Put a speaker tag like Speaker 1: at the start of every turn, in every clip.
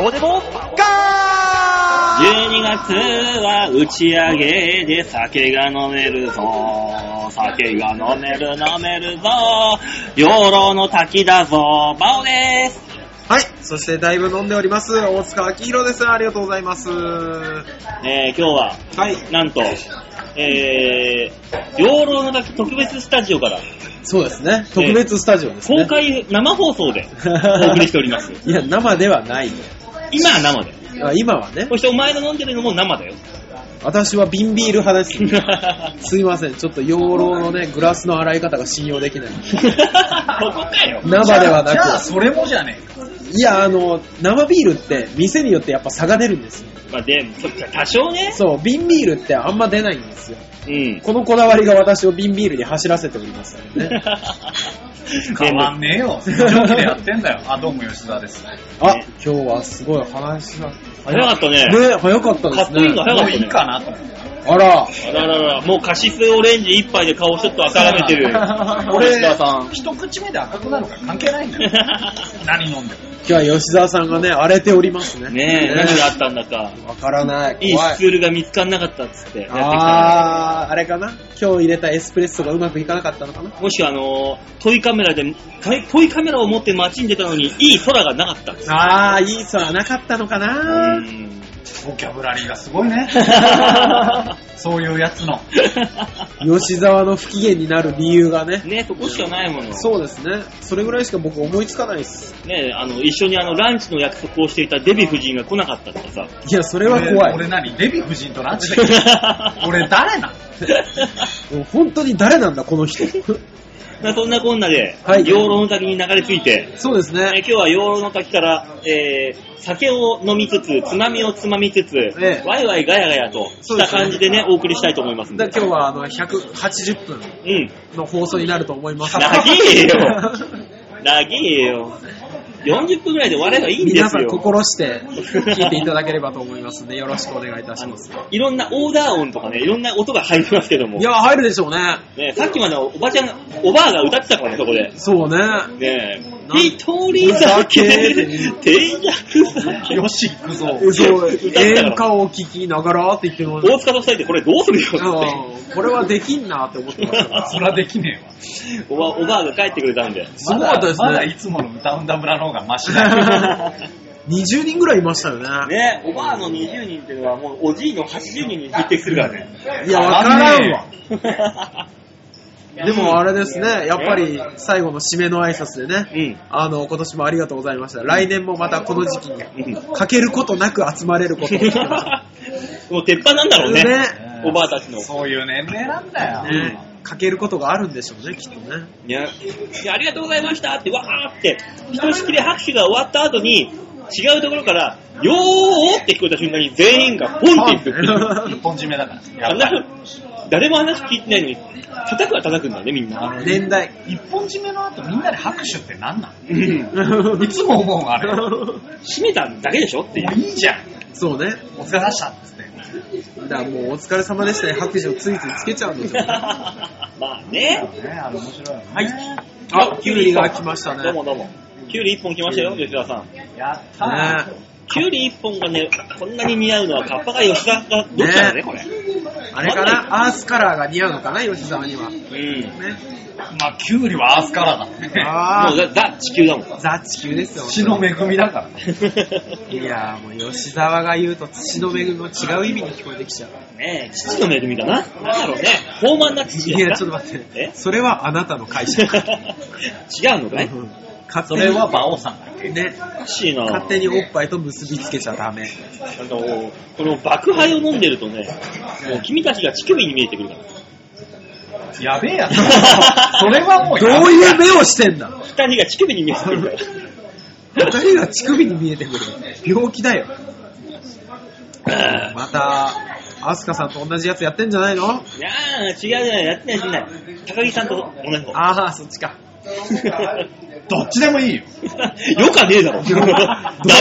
Speaker 1: オデボガー
Speaker 2: 12月は打ち上げで酒が飲めるぞ。酒が飲める飲めるぞ。養老の滝だぞ。バオです。
Speaker 1: はい、そしてだいぶ飲んでおります、大塚明宏です。ありがとうございます。は
Speaker 2: えー、今日は、
Speaker 1: い、
Speaker 2: なんと、えー、養老の滝特別スタジオから
Speaker 3: そうですね。特別スタジオですね。
Speaker 2: 公開生放送でお送りしてお ります。
Speaker 3: いや、生ではないよ。
Speaker 2: 今は生で。
Speaker 3: あ今はね、
Speaker 2: そしてお前が飲んでるのも 生だよ。
Speaker 3: 私は瓶ビール派です、ね。すいません、ちょっと養老のね、グラスの洗い方が信用できない。
Speaker 2: そこかよ。
Speaker 3: 生では
Speaker 4: じゃあ、
Speaker 3: な
Speaker 4: それもじゃねえか。
Speaker 3: く。いや、あの、生ビールって店によってやっぱ差が出るんですよ。
Speaker 2: まあ、で、そっか、多少ね。
Speaker 3: そう、瓶ビールってあんま出ないんですよ。
Speaker 2: うん。
Speaker 3: このこだわりが私を瓶ビールに走らせておりますからね。
Speaker 4: 変わんねえよ。上気でやってんだよ。あ、どうも吉沢です。
Speaker 3: あ、今日はすごい話が。
Speaker 2: 早かったね。
Speaker 3: ね、早かったですね。
Speaker 2: かっこいいの早か
Speaker 4: も
Speaker 2: った
Speaker 4: ういい
Speaker 2: ね。
Speaker 4: かなと思って。
Speaker 3: あら、
Speaker 2: あららら、もうカシスオレンジ一杯で顔ちょっと赤らめてる。
Speaker 4: 俺
Speaker 2: 吉田さん。
Speaker 4: 一口目で赤くなるから関係ないんだよ。何飲んでも。
Speaker 3: 今日は吉沢さんがね、荒れておりますね。
Speaker 2: ねえ、何があったんだか。
Speaker 3: わからない。
Speaker 2: いい
Speaker 3: 怖
Speaker 2: スツールが見つかんなかったっつってやってきたから。
Speaker 3: あー、あれかな今日入れたエスプレッソがうまくいかなかったのかな
Speaker 2: もしあのー、トイカメラで、かいトイカメラを持って街に出たのに、いい空がなかった。
Speaker 3: あー、いい人はなかったのか
Speaker 2: う
Speaker 3: な、
Speaker 2: ん
Speaker 4: ボキャブラリーがすごいね。 そういうやつの。
Speaker 3: 吉沢の不機嫌になる理由がね。
Speaker 2: ねそこしかないもの。
Speaker 3: そうですね。それぐらいしか僕思いつかないです。
Speaker 2: ねあの、一緒にあの、ランチの約束をしていたデヴィ夫人が来なかったとかさ。
Speaker 3: いや、それは怖
Speaker 4: 俺俺
Speaker 3: い。
Speaker 4: 何デヴィ夫人とランチできる 俺誰なの
Speaker 3: もう本当に誰なんだ、この 人。
Speaker 2: まあそんなこんなで、
Speaker 3: はい
Speaker 2: 養老の滝に流れ着いて、
Speaker 3: そうです
Speaker 2: えー
Speaker 3: ね。
Speaker 2: 今日は養老の滝から、えー酒を飲みつつ、つまみをつまみつつ、
Speaker 3: ええ
Speaker 2: ワイワイガヤガヤと
Speaker 3: そ
Speaker 2: し
Speaker 3: うで
Speaker 2: た
Speaker 3: すね
Speaker 2: 感じでね、お送りしたいと思いますんで。
Speaker 3: だ今日はあの180分
Speaker 2: うん。
Speaker 3: の放送になると思います。
Speaker 2: 長えよ。長えよ。40分ぐらいで終わればいいんですよ。
Speaker 3: 皆さん心して聞いていただければと思いますんで、よろしくお願いいた
Speaker 2: あ
Speaker 3: し
Speaker 2: の
Speaker 3: ます。
Speaker 2: いろんなオーダー音とかね、いろんな音が入りますけども
Speaker 3: い。や、入るでしょうね。
Speaker 2: ね、さっきまでおばちゃんが、おばあが歌ってたからね、そこで。
Speaker 3: そうね。
Speaker 2: ね
Speaker 3: なん
Speaker 2: え、一人酒、 定着酒。
Speaker 4: よし、行くぞ。
Speaker 3: そう、
Speaker 2: 歌ったから
Speaker 3: 演歌を聴きながらって言っても
Speaker 2: 大塚と二人でこれどうするよっ
Speaker 3: うんこれはできんなって思ってましたから。
Speaker 4: そらできねえ
Speaker 2: て。
Speaker 4: わ。
Speaker 2: おば、おばあが帰ってくれたんで。
Speaker 3: すごかったですね
Speaker 4: まだいつもの歌うんだ村の方がマシだよ。
Speaker 3: 20人ぐらいいましたよね。
Speaker 2: ねおばあの20人っていうのはもうおじいの80人に匹敵するからね。
Speaker 3: いや、わからんわ。
Speaker 2: う
Speaker 3: でもあれですね、やっぱり最後の締めの挨拶でね、
Speaker 2: ん。
Speaker 3: あの、今年もありがとうございました。来年もまたこの時期に、
Speaker 2: うん
Speaker 3: かけることなく集まれることを祈ってま
Speaker 2: もう鉄板なんだろう
Speaker 3: す。
Speaker 2: ね。
Speaker 3: ね。
Speaker 2: おばあたちの。
Speaker 4: そういう年齢なんだよ。
Speaker 3: ねかけることがあるんでしょうね、きっとね。
Speaker 2: いや、いやありがとうございましたって、わーって、ひとしきり拍手が終わった後に、違うところから、よーって聞こえた瞬間に全員がポンっていくっていう。
Speaker 4: 一本締めだから。やっぱり
Speaker 2: 話誰も話聞いてないのに、叩くは叩くんだね、みんな。
Speaker 3: 年代。
Speaker 4: 一本締めの後みんなで拍手って何な
Speaker 2: うん
Speaker 4: のいつも思うわあれ。も
Speaker 2: 閉めただけでしょって いう
Speaker 4: う。いいじゃん。
Speaker 3: そうね。
Speaker 4: お疲れ様でしたっつって。
Speaker 3: だからもうお疲れ様でしたね。拍手をついついつけちゃうん ですよ。
Speaker 2: まあね。
Speaker 4: ね、あれ面白いよね。
Speaker 3: はい。あ、キュウリが来ましたね。
Speaker 2: どうもどうも。キュウリ1本来ましたよ、吉田さん。
Speaker 4: やったー。
Speaker 3: ね
Speaker 2: キュウリ1本がね、こんなに似合うのは、カッパか吉田か、どっちだ
Speaker 3: ね
Speaker 2: ね、これ。
Speaker 3: あれかなアースカラーが似合うのかな吉沢には。ね。
Speaker 2: うん。
Speaker 4: まあ、キュウリはアースカラーだね。
Speaker 3: あ
Speaker 2: もうザ、ザ地球だも ん。
Speaker 3: あ、ザ地球ですよ。
Speaker 4: 土の恵みだから。
Speaker 3: いやーもう吉沢が言うと土の恵みも違う意味に聞こえてきちゃう。
Speaker 2: ねえ、父の恵みだな。なんだろうね。豊満な父
Speaker 3: い
Speaker 2: だな
Speaker 3: や、ちょっと待って
Speaker 2: え。
Speaker 3: それはあなたの会社。
Speaker 2: 違うのかい
Speaker 3: うん勝手
Speaker 4: そ
Speaker 3: に
Speaker 4: れは馬王さんだ。
Speaker 3: ね、
Speaker 2: おかしいな。
Speaker 3: 勝手におっぱいと結びつけちゃダメ。
Speaker 2: あの、この爆杯を飲んでるとね、もう君たちが乳首に見えてくるから。
Speaker 4: やべえやつ だ。それはもう
Speaker 3: どう
Speaker 4: やべえ
Speaker 3: いう目をしてんだ
Speaker 2: 二人が乳首に見えてくる
Speaker 3: 二人が乳首に見えてくる。病気だよ。
Speaker 2: から。
Speaker 3: また、アスカさんと同じやつやってんじゃないの
Speaker 2: いやー、違うじゃない、やってない、やってない。高木さんと同じ方。
Speaker 3: ああ、そっち か。
Speaker 4: どっちでもいいよ。
Speaker 2: よかねえだろ。ダ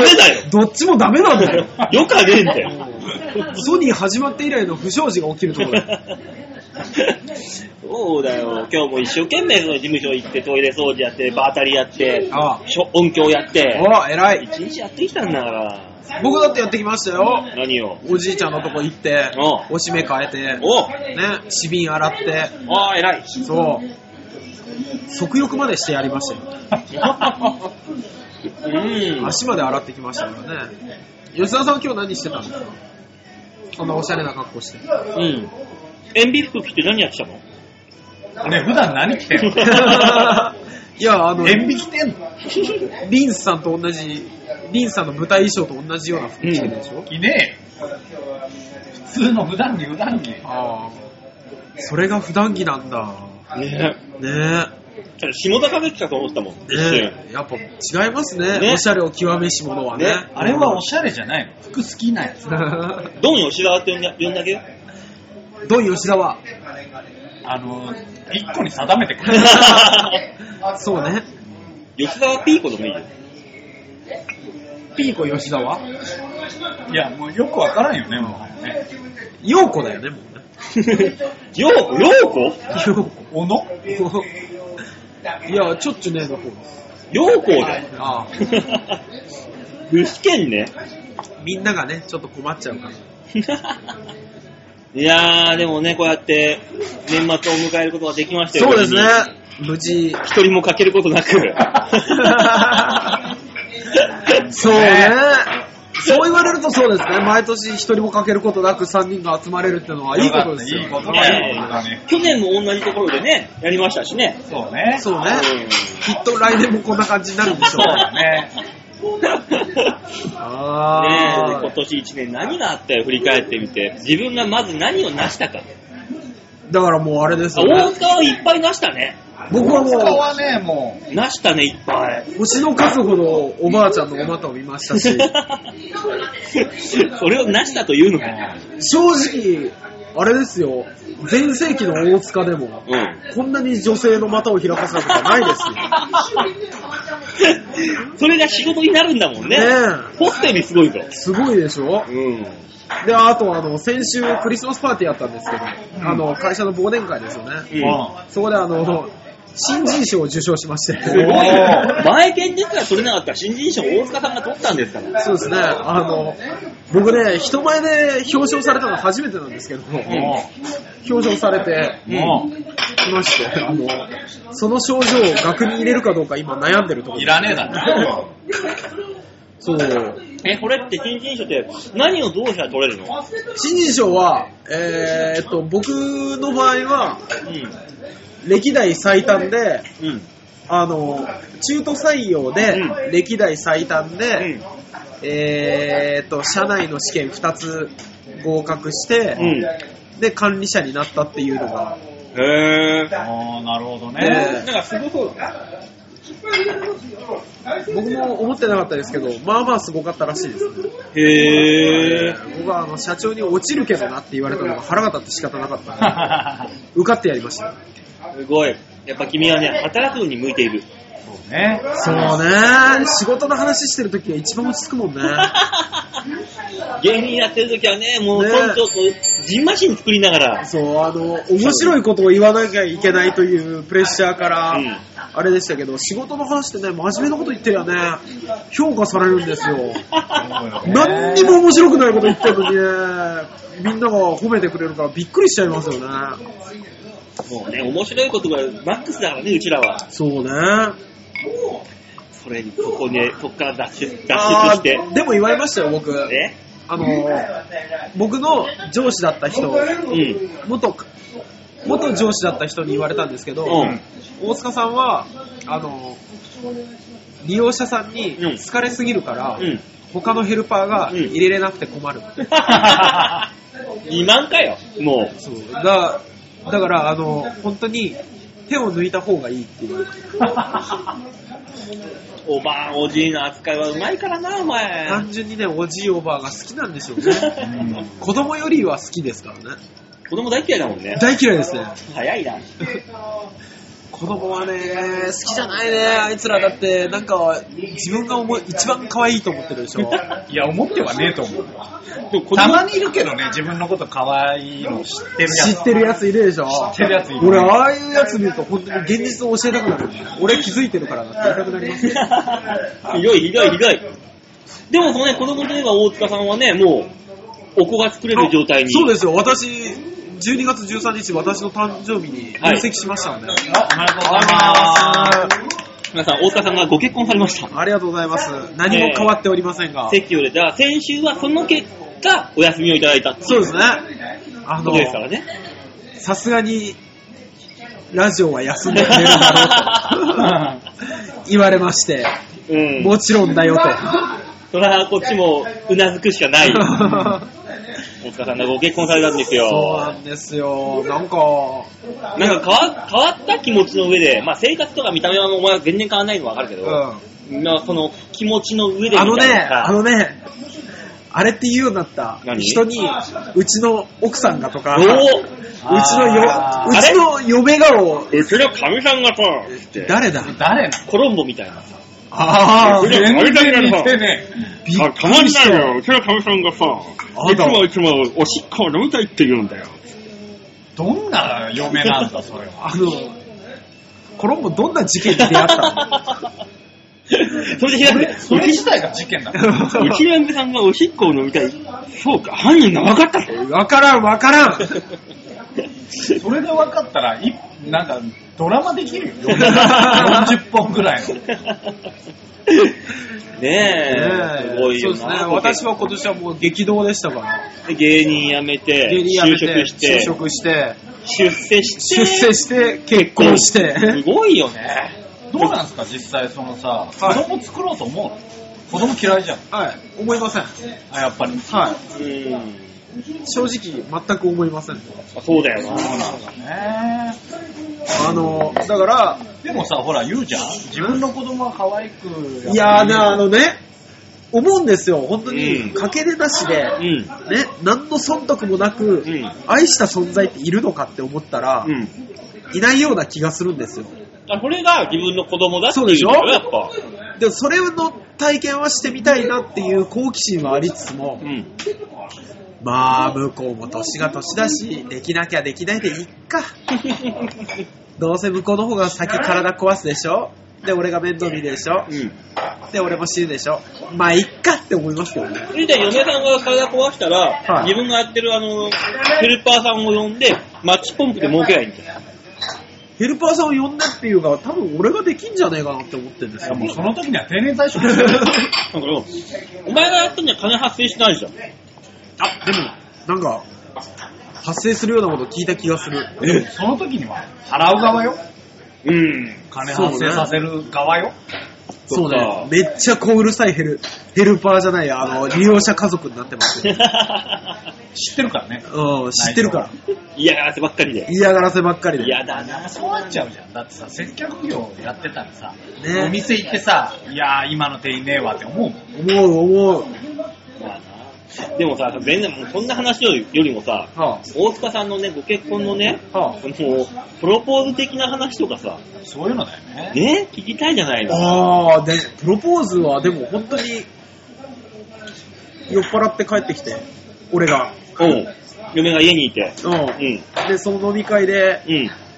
Speaker 2: メだよ。
Speaker 3: どっちもダメなんだよ。
Speaker 2: よかねえんだよ。
Speaker 3: ソニー始まって以来の不祥事が起きるところだよ
Speaker 2: そうだよ。今日も一生懸命その事務所行って、トイレ掃除やって、バータリやって、
Speaker 3: ああ
Speaker 2: しょ音響やって、
Speaker 3: ほら、偉い。
Speaker 2: 一日やってきたんだから。
Speaker 3: 僕だってやってきましたよ。
Speaker 2: 何を。
Speaker 3: おじいちゃんのとこ行って、
Speaker 2: お
Speaker 3: おしめ変えて、
Speaker 2: お
Speaker 3: ね、紙瓶洗って、
Speaker 2: ああ、偉い。
Speaker 3: そう。足浴までしてやりましたよ。
Speaker 2: うん。
Speaker 3: 足まで洗ってきましたからね。吉田さんは今日何してたんですかそんなおしゃれな格好して。
Speaker 2: うん。塩ビ服着て何やってたの
Speaker 4: ね、普段何着て んの
Speaker 3: いや、あの、
Speaker 4: 塩ビ着てんの
Speaker 3: リンスさんと同じ、リンスさんの舞台衣装と同じような服着てるでしょ、
Speaker 4: いねえよ。普通の普段着、普段着。
Speaker 3: ああ。それが普段着なんだ。
Speaker 2: ね
Speaker 3: ね
Speaker 2: え。下高で来たと思ったもん。
Speaker 3: え。
Speaker 2: 一瞬。
Speaker 3: ねえ。やっぱ違いますね。
Speaker 2: ね
Speaker 3: おしゃれを極めし者はね。
Speaker 2: ね
Speaker 4: あれはおしゃれじゃないの。服好きなやつ。
Speaker 2: ドン吉沢って呼んだ呼んだけど。
Speaker 3: ドン吉田は。
Speaker 4: あの、一個に定めてくれ。
Speaker 3: そうね。
Speaker 2: 吉沢ピーコでもいいよ。
Speaker 3: ピーコ吉田はい
Speaker 4: や、もうよくわからんよね、もはやね。
Speaker 3: 陽子だよね、もうね。
Speaker 2: ようこ、ようこ
Speaker 3: 陽子。
Speaker 4: おの
Speaker 3: いや、ちょっちゅねえの方です。
Speaker 2: ようこだよ。
Speaker 3: ああ。
Speaker 2: 具志堅ね。
Speaker 3: みんながね、ちょっと困っちゃうから。
Speaker 2: いやー、でもね、こうやって年末を迎えることができましたよ。。。
Speaker 3: 無事。
Speaker 2: 一人も欠けることな く。
Speaker 3: そうね。そう言われるとそうですね。毎年一人も欠けることなく三人が集まれるってのはいいことです
Speaker 4: いいこ
Speaker 3: よ。
Speaker 4: と
Speaker 2: ね
Speaker 4: だよ、いいことだね。
Speaker 2: 去年も同じところでね、やりましたしね。
Speaker 4: そうね。
Speaker 3: そう
Speaker 2: う
Speaker 3: ね。きっと来年もこんな感じになるんでしょう
Speaker 4: そう。だ
Speaker 2: ね
Speaker 4: ね。
Speaker 2: え
Speaker 3: あ
Speaker 2: 今
Speaker 3: あ。
Speaker 2: 年一年何があったよ、振り返ってみて。自分がまず何を成したか。
Speaker 3: だからもうあれです
Speaker 2: あ
Speaker 3: よ
Speaker 2: 大
Speaker 3: ね。
Speaker 2: 塚はいっぱい成したね。
Speaker 3: 僕は
Speaker 4: 大塚
Speaker 3: も
Speaker 4: はね、も
Speaker 2: 成したね、いっ ぱい。
Speaker 3: う、星の数ほどおばあちゃんのお股を見ました し、
Speaker 2: それを成したというのか。
Speaker 3: 正直、あれですよ。前世紀の大塚でも、
Speaker 2: うん。
Speaker 3: こんなに女性の股を開かせたことはないです よ。
Speaker 2: それが仕事になるんだもんね。
Speaker 3: ね
Speaker 2: ホステルすごいぞ。
Speaker 3: すごいでしょ
Speaker 2: うん。
Speaker 3: で、あとあの、先週クリスマスパーティーやったんですけど、あの、会社の忘年会ですよね。
Speaker 4: う、も
Speaker 3: そこであの、新人賞を受賞しまして。
Speaker 2: すごいよ。前見ですら取れなかった新人賞を大塚さんが取ったんですか ら。
Speaker 3: そうですね。あの、僕ね、人前で表彰されたの初めてなんですけど、
Speaker 4: う、も
Speaker 3: 表彰されて
Speaker 4: う、も
Speaker 3: きまして、あの、その症状を額に入れるかどうか今悩んでるところ
Speaker 4: う、
Speaker 3: で
Speaker 4: い
Speaker 3: す
Speaker 4: らねえだろ。
Speaker 3: そう。
Speaker 2: え、これって新人賞って何をどうしたら取れるの
Speaker 3: 新人賞は、えーっと、僕の場合は、
Speaker 2: う
Speaker 3: 歴代最短で、
Speaker 2: ん。うん。
Speaker 3: あの、中途採用で、
Speaker 2: う
Speaker 3: 歴代最短で、
Speaker 2: うん
Speaker 3: えーっと、社内の試験2つ合格して、
Speaker 2: うん。
Speaker 3: で、管理者になったっていうのが、
Speaker 2: へぇー。
Speaker 4: ああ、なるほど
Speaker 3: ね
Speaker 4: ね。
Speaker 2: なんかすごそうだね。
Speaker 3: 僕も思ってなかったですけど、まあまあすごかったらしいですね。
Speaker 2: へぇ
Speaker 3: 僕はあの、社長に落ちるけどなって言われたのが腹が立って仕方なかったんで受かってやりま した。
Speaker 2: ー。すごい。やっぱ君はね、働くのに向いている。
Speaker 4: そうね。
Speaker 3: そうね、仕事の話してる時が一番落ち着くもんね。
Speaker 2: 芸人やってる時はね、もう、
Speaker 3: ね
Speaker 2: 村長と、ジンマシン作りながら。
Speaker 3: そう、あの、面白いことを言わなきゃいけないというプレッシャーから、
Speaker 2: うん
Speaker 3: あれでしたけど、仕事の話ってね、真面目なこと言ってりゃね、評価されるんですよ。何にも面白くないこと言ってるのにね、みんなが褒めてくれるからびっくりしちゃいますよね。
Speaker 2: もうね、面白いことがマックスだからね、うちらは。
Speaker 3: そうね。
Speaker 2: それに、ここね、こっから脱出、脱出
Speaker 3: あ
Speaker 2: して。
Speaker 3: ーでも言われましたよ、僕。
Speaker 2: ね。
Speaker 3: あの、僕の上司だった人、
Speaker 2: うん。
Speaker 3: 元、元上司だった人に言われたんですけど、
Speaker 2: うん
Speaker 3: 大塚さんは、あの、利用者さんに
Speaker 2: うん
Speaker 3: 疲れすぎるから、
Speaker 2: うん。
Speaker 3: 他のヘルパーが
Speaker 2: うん
Speaker 3: 入れれなくて困る。
Speaker 2: 2万かよ、も
Speaker 3: そうだだから、あの、本当に手を抜いた方がいいっていう。
Speaker 2: う。おばあ、おじいの扱いはうまいからな、お前。
Speaker 3: 単純にね、おじいおばあが好きなんでしょうね。
Speaker 4: うん
Speaker 3: 子供よりは好きですからね。
Speaker 2: 子供大嫌いだもんね。
Speaker 3: 大嫌いですね。
Speaker 2: 早いな。
Speaker 3: 子供はね、好きじゃないね、あいつらだって、なんか、自分が思い一番可愛いと思ってるでしょ。
Speaker 4: いや、思ってはねえと思う。
Speaker 2: でも子
Speaker 4: た
Speaker 2: 供
Speaker 4: まにいるけどね、自分のこと可愛いの知ってるやつ。
Speaker 3: 知ってるやついるでしょ。
Speaker 4: 知ってるやついる
Speaker 3: 俺、ああいうやつ見ると、本当に現実を教えたくなる。俺気づいてるからなって言いたくなりますよ。
Speaker 2: ひどいひどいひどい。でもそのね、子供といえば大塚さんはね、もう、お子が作れる状態に。
Speaker 3: そうですよ、私、12月13日、私の誕生日に入籍しましたので、
Speaker 4: あおめでとうございます。
Speaker 2: 皆さん、大塚さんがご結婚されました。
Speaker 3: ありがとうございます。何も変わっておりませんが。
Speaker 2: 席を入れた、先週はその結果、お休みをいただいたってい
Speaker 3: そうですね。あ
Speaker 2: うこ
Speaker 3: の
Speaker 2: と、ですからね。
Speaker 3: さすがに、ラジオは休んでくれるだろうと言われまして、
Speaker 2: うん。
Speaker 3: もちろんだよと。
Speaker 2: それはこっちもうなずくしか ない。大塚さんがご結婚されたんです
Speaker 3: そうな
Speaker 2: よ。
Speaker 3: んですよ。なんか、
Speaker 2: なんか変わ変わった気持ちの上で、まあ生活とか見た目はもうお前は全然変わらないのわかるけ
Speaker 3: う
Speaker 2: ど、
Speaker 3: ん、あ
Speaker 2: まあその気持ちの上でみたい
Speaker 3: のね、
Speaker 2: な
Speaker 3: あのね、あれって言うようになった
Speaker 2: 何
Speaker 3: 人に、うちの奥さんがとか、う
Speaker 2: お
Speaker 3: ちの
Speaker 2: お
Speaker 3: よ
Speaker 4: あ、
Speaker 3: う
Speaker 2: ー
Speaker 3: ちの嫁がを、
Speaker 2: うちの神さんがさ、って
Speaker 3: 誰だ
Speaker 4: 誰な
Speaker 2: コロンボみたいなさ。
Speaker 3: あ
Speaker 2: ー
Speaker 4: 全然似てね
Speaker 2: あたまにないよ、うちの神さんがさ、
Speaker 3: あ
Speaker 2: いつ
Speaker 3: なた
Speaker 2: もいつもおしっこを飲みたいって言うんだよ。
Speaker 4: え。どんな嫁なんだ、それは。
Speaker 3: あの、コロンボどんな事件に出会ったの
Speaker 2: それで開く。
Speaker 4: それ自体が事件 だ。
Speaker 2: うちの嫁さんがおしっこを飲みたい。そうか、犯人が分かったぜ。
Speaker 3: わからん、わからん。
Speaker 4: それで分かったら、いなんか、ドラマで きるよ。40本ぐらいの。
Speaker 2: ねえ、すごい
Speaker 3: そう
Speaker 2: よ
Speaker 3: です
Speaker 2: な。
Speaker 3: ね。私は今年はもう激動でしたから。
Speaker 2: 芸人辞めて、
Speaker 3: 芸人辞めて
Speaker 2: 就職して
Speaker 3: 就、職して、
Speaker 2: 出世して、
Speaker 3: 出世して、結婚し
Speaker 2: す
Speaker 3: て。
Speaker 2: ごいよね。
Speaker 4: どうなんですか、実際そのさ、子供作ろうと思うの子供嫌いじゃん。
Speaker 3: はい、思いません。
Speaker 4: あ、やっぱり。
Speaker 3: は
Speaker 2: うん。
Speaker 3: い。正直、全く思いません。
Speaker 2: そうだよな。
Speaker 4: ね
Speaker 3: あの、だから、
Speaker 4: でもさ、ほら、言うじゃん自分の子供は可愛く。
Speaker 3: いやーね、あのね、思うんですよ。本当
Speaker 2: うん
Speaker 3: に、かけれなしで、
Speaker 2: う
Speaker 3: ね、
Speaker 2: ん。
Speaker 3: 何の損得もなく
Speaker 2: うん、
Speaker 3: 愛した存在っているのかって思ったら
Speaker 2: う、ん。
Speaker 3: いないような気がするんですよ。
Speaker 2: あこれが自分の子供だってい
Speaker 3: そうでし
Speaker 2: う
Speaker 3: ょ
Speaker 2: のやっぱ。
Speaker 3: で、それの体験はしてみたいなっていう好奇心はありつつも
Speaker 2: う、ん。
Speaker 3: まあ、向こうも年が年だし、できなきゃできないでいっか。どうせ向こうの方が先体壊すでしょで、俺が面倒見るでしょ
Speaker 2: うん。
Speaker 3: で、俺も死ぬでしょまあ、いっかって思いますけどね。
Speaker 2: それじゃあ嫁さんが体壊したら、
Speaker 3: はい
Speaker 2: 自分がやってるあの、ヘルパーさんを呼んで、マッチポンプで儲けりゃいいんだよ。
Speaker 3: ヘルパーさんを呼んでっていうが、多分俺ができんじゃねえかなって思ってるんです
Speaker 4: い
Speaker 3: よ
Speaker 4: や。もうその時には定年退職す る
Speaker 2: だからお前がやったんじゃ金発生しないじゃん。
Speaker 3: あ、でも、なんか、発生するようなこと聞いた気がする。
Speaker 4: でもその時には払う側よ。
Speaker 2: うん。
Speaker 4: 金発生させる側よ。
Speaker 3: そう
Speaker 2: そ
Speaker 3: ね。めっちゃこううるさいヘル、ヘルパーじゃない、あの、利用者家族になってますよ。
Speaker 4: 知ってるからね。
Speaker 3: うん、知ってるから。
Speaker 2: 嫌がらせばっかりで。
Speaker 3: 嫌がらせばっかりで。
Speaker 2: 嫌だな。
Speaker 4: そうなっちゃうじゃん。だってさ、接客業やってたらさ、
Speaker 3: ね
Speaker 4: お店行ってさ、いやー、今の店員ねえわって思うもん。
Speaker 3: 思う、思う。
Speaker 2: まあな。でもさ、全然もうそんな話よりよりもさ、
Speaker 3: は
Speaker 2: 大塚さんのね、ご結婚のね、
Speaker 3: あ、は
Speaker 2: その、プロポーズ的な話とかさ、
Speaker 4: そういうのだよね。
Speaker 2: ね、聞きたいじゃないの。
Speaker 3: あ、あー、で、プロポーズはでも本当に、酔っ払って帰ってきて、俺が。
Speaker 2: うん。嫁が家にいて。
Speaker 3: う。
Speaker 2: うんん。
Speaker 3: で、その飲み会で、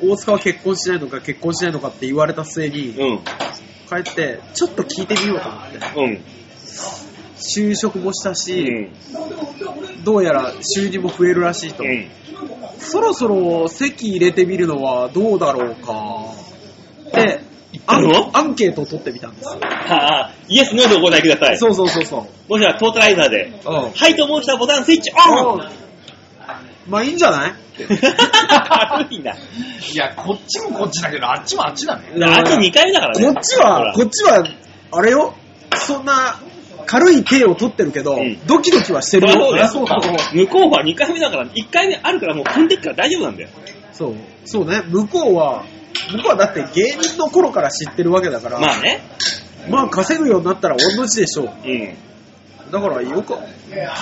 Speaker 2: うん。
Speaker 3: 大塚は結婚しないのか結婚しないのかって言われた末に、
Speaker 2: うん。
Speaker 3: 帰って、ちょっと聞いてみようと思って。
Speaker 2: うん。
Speaker 3: 就職もした
Speaker 2: う
Speaker 3: し、
Speaker 2: ん。
Speaker 3: どうやら収入も増えるらしいと
Speaker 2: う。ん。
Speaker 3: そろそろ席入れてみるのはどうだろうか。で、ア
Speaker 2: 言った
Speaker 3: ン
Speaker 2: の
Speaker 3: アンケートを取ってみたんですよ。
Speaker 2: はあ、イエス、ノーでお答えください。
Speaker 3: そうそうそうそう。
Speaker 2: もしくはトータライザーで。
Speaker 3: うん。
Speaker 2: はいと思う人はボタンスイッチオン
Speaker 3: あまあいいんじゃない
Speaker 2: 軽いな。
Speaker 4: いや、こっちもこっちだけど、あっちもあっちだね。
Speaker 2: あと2回だからね。
Speaker 3: こっちは、こ
Speaker 2: ほら
Speaker 3: っちは、あれよ、そんな軽い手を取ってるけど、
Speaker 2: うん
Speaker 3: ドキドキはしてるよ。
Speaker 2: そりゃそう
Speaker 4: だ
Speaker 2: 向こうは2回目だから、1回目あるからもう飛んでっから大丈夫なんだよ。
Speaker 3: そう、そうね、向こうは、向こうはだって芸人の頃から知ってるわけだから、
Speaker 2: まあね。
Speaker 3: まあ稼ぐようになったら同じでしょう。
Speaker 2: うん。
Speaker 3: だからよく、多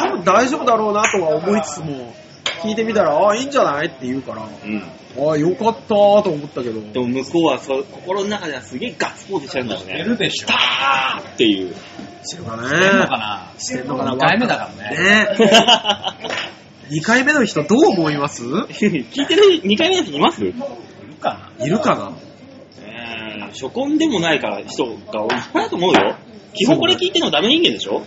Speaker 3: 分大丈夫だろうなとは思いつつも、聞いてみたら、ああ、いいんじゃないって言うから、
Speaker 2: うん。
Speaker 3: ああ、よかったーと思ったけど。
Speaker 2: でも向こうはそう心の中ではすげえガッツポーズしちゃうんだろう
Speaker 4: 出
Speaker 2: ね。
Speaker 4: るでしょ。
Speaker 2: あーっていう。
Speaker 3: してるか
Speaker 4: 出るの
Speaker 3: ね。
Speaker 4: かな
Speaker 3: してるのかな
Speaker 4: 2回目だからね。
Speaker 3: ね2回目の人どう思います
Speaker 2: 聞いてる2回目の人います
Speaker 4: いるか
Speaker 3: いるかな
Speaker 2: うん初婚でもないから人が多いなと思うよ。基本これ聞いてるのダメ人間でしょ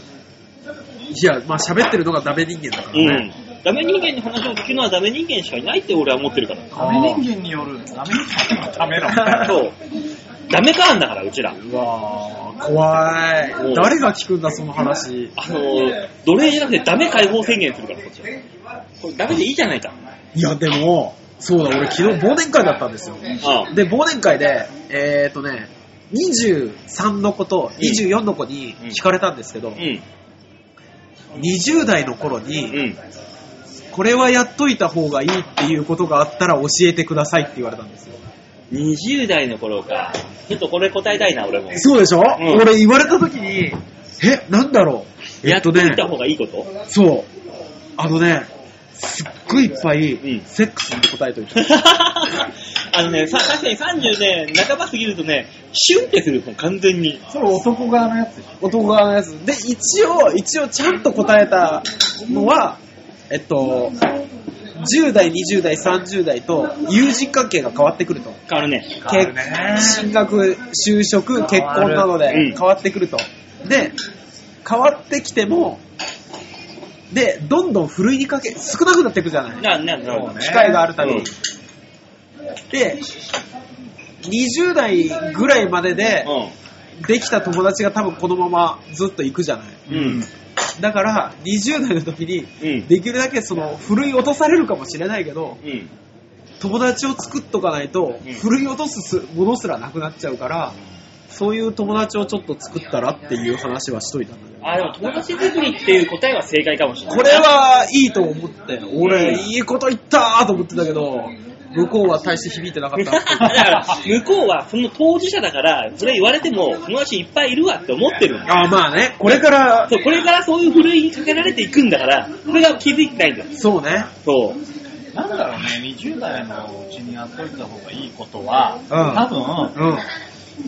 Speaker 3: いや、まあ喋ってるのがダメ人間だか
Speaker 2: う
Speaker 3: らね。
Speaker 2: ん。ダメ人間に話を聞くのはダメ人間しかいないって俺は思ってるから。
Speaker 4: なダメ人間による、ダメ人間のた めだ
Speaker 2: そ
Speaker 4: もん。
Speaker 2: う。ダメかんだから、うちら。
Speaker 3: うわー、怖い
Speaker 2: うん。
Speaker 3: 誰が聞くんだ、その話。
Speaker 2: あのー、奴隷じゃなくてダメ解放宣言するから、こっちは。これダメでいいじゃないか。
Speaker 3: いや、でも、そうだ、俺昨日忘年会だったんですよ。
Speaker 2: ああ
Speaker 3: で、忘年会で、えーっとね、23の子と24の子に聞かれたんですけど
Speaker 2: う、ん。
Speaker 3: 20代の頃
Speaker 2: う
Speaker 3: に、
Speaker 2: ん。
Speaker 3: これはやっといた方がいいっていうことがあったら教えてくださいって言われたんですよ。
Speaker 2: 20代の頃か。ちょっとこれ答えたいな、俺も。
Speaker 3: そうでしょ、
Speaker 2: ん
Speaker 3: 俺言われた時に、え、なんだろう
Speaker 2: やっとい
Speaker 3: ね、
Speaker 2: た方がいいこと
Speaker 3: そう。あのね、すっごいいっぱ
Speaker 2: う
Speaker 3: い
Speaker 2: ん、
Speaker 3: セックスって答えといて。
Speaker 2: あのね、さ、確かに30ね、半ば過ぎるとね、シュンってするもん、完全に。
Speaker 4: それ男側のやつでしょ。
Speaker 3: 男側のやつ。で、一応、一応ちゃんと答えたのは、えっと、10代、20代、30代と友人関係が変わってくると。
Speaker 2: 変わるね。
Speaker 4: 変わるね
Speaker 3: 結進学、就職、結婚なの
Speaker 2: 変わるう
Speaker 3: で
Speaker 2: ん
Speaker 3: 変わってくると。で、変わってきても、で、どんどんふるいにかけ、少なくなっていくじゃない。
Speaker 2: な、な、な、
Speaker 4: ね
Speaker 3: 機会があるたび
Speaker 2: うん
Speaker 3: に。で、20代ぐらいまでで、できた友達が多分このままずっと行くじゃない。
Speaker 2: うん。うん。
Speaker 3: だから、20代の時に、
Speaker 2: うん
Speaker 3: できるだけその、ふるい落とされるかもしれないけど、
Speaker 2: うん。
Speaker 3: 友達を作っとかないと
Speaker 2: うん、
Speaker 3: ふるい落とすすものすらなくなっちゃうから、そういう友達をちょっと作ったらっていう話はしといたんだけど。
Speaker 2: あ、でも友達作りっていう答えは正解かもしれない。
Speaker 3: これはいいと思って、俺、
Speaker 2: うん
Speaker 3: いいこと言ったーと思ってたけど、向こうは大して響いてなかっ
Speaker 2: だ
Speaker 3: たっ
Speaker 2: か
Speaker 3: ていう。
Speaker 2: ら、向こうはその当事者だから、それ言われても、友達いっぱいいるわって思ってるんだよ
Speaker 3: あ、まあね、これから、
Speaker 2: そう、これからそういうふるいにかけられていくんだから、それが気づいてないんだよ。
Speaker 3: そうね。
Speaker 2: そう。
Speaker 4: なんだろうね、20代のうちにやっといた方がいいことは、
Speaker 3: うん
Speaker 4: 多分、
Speaker 3: うん。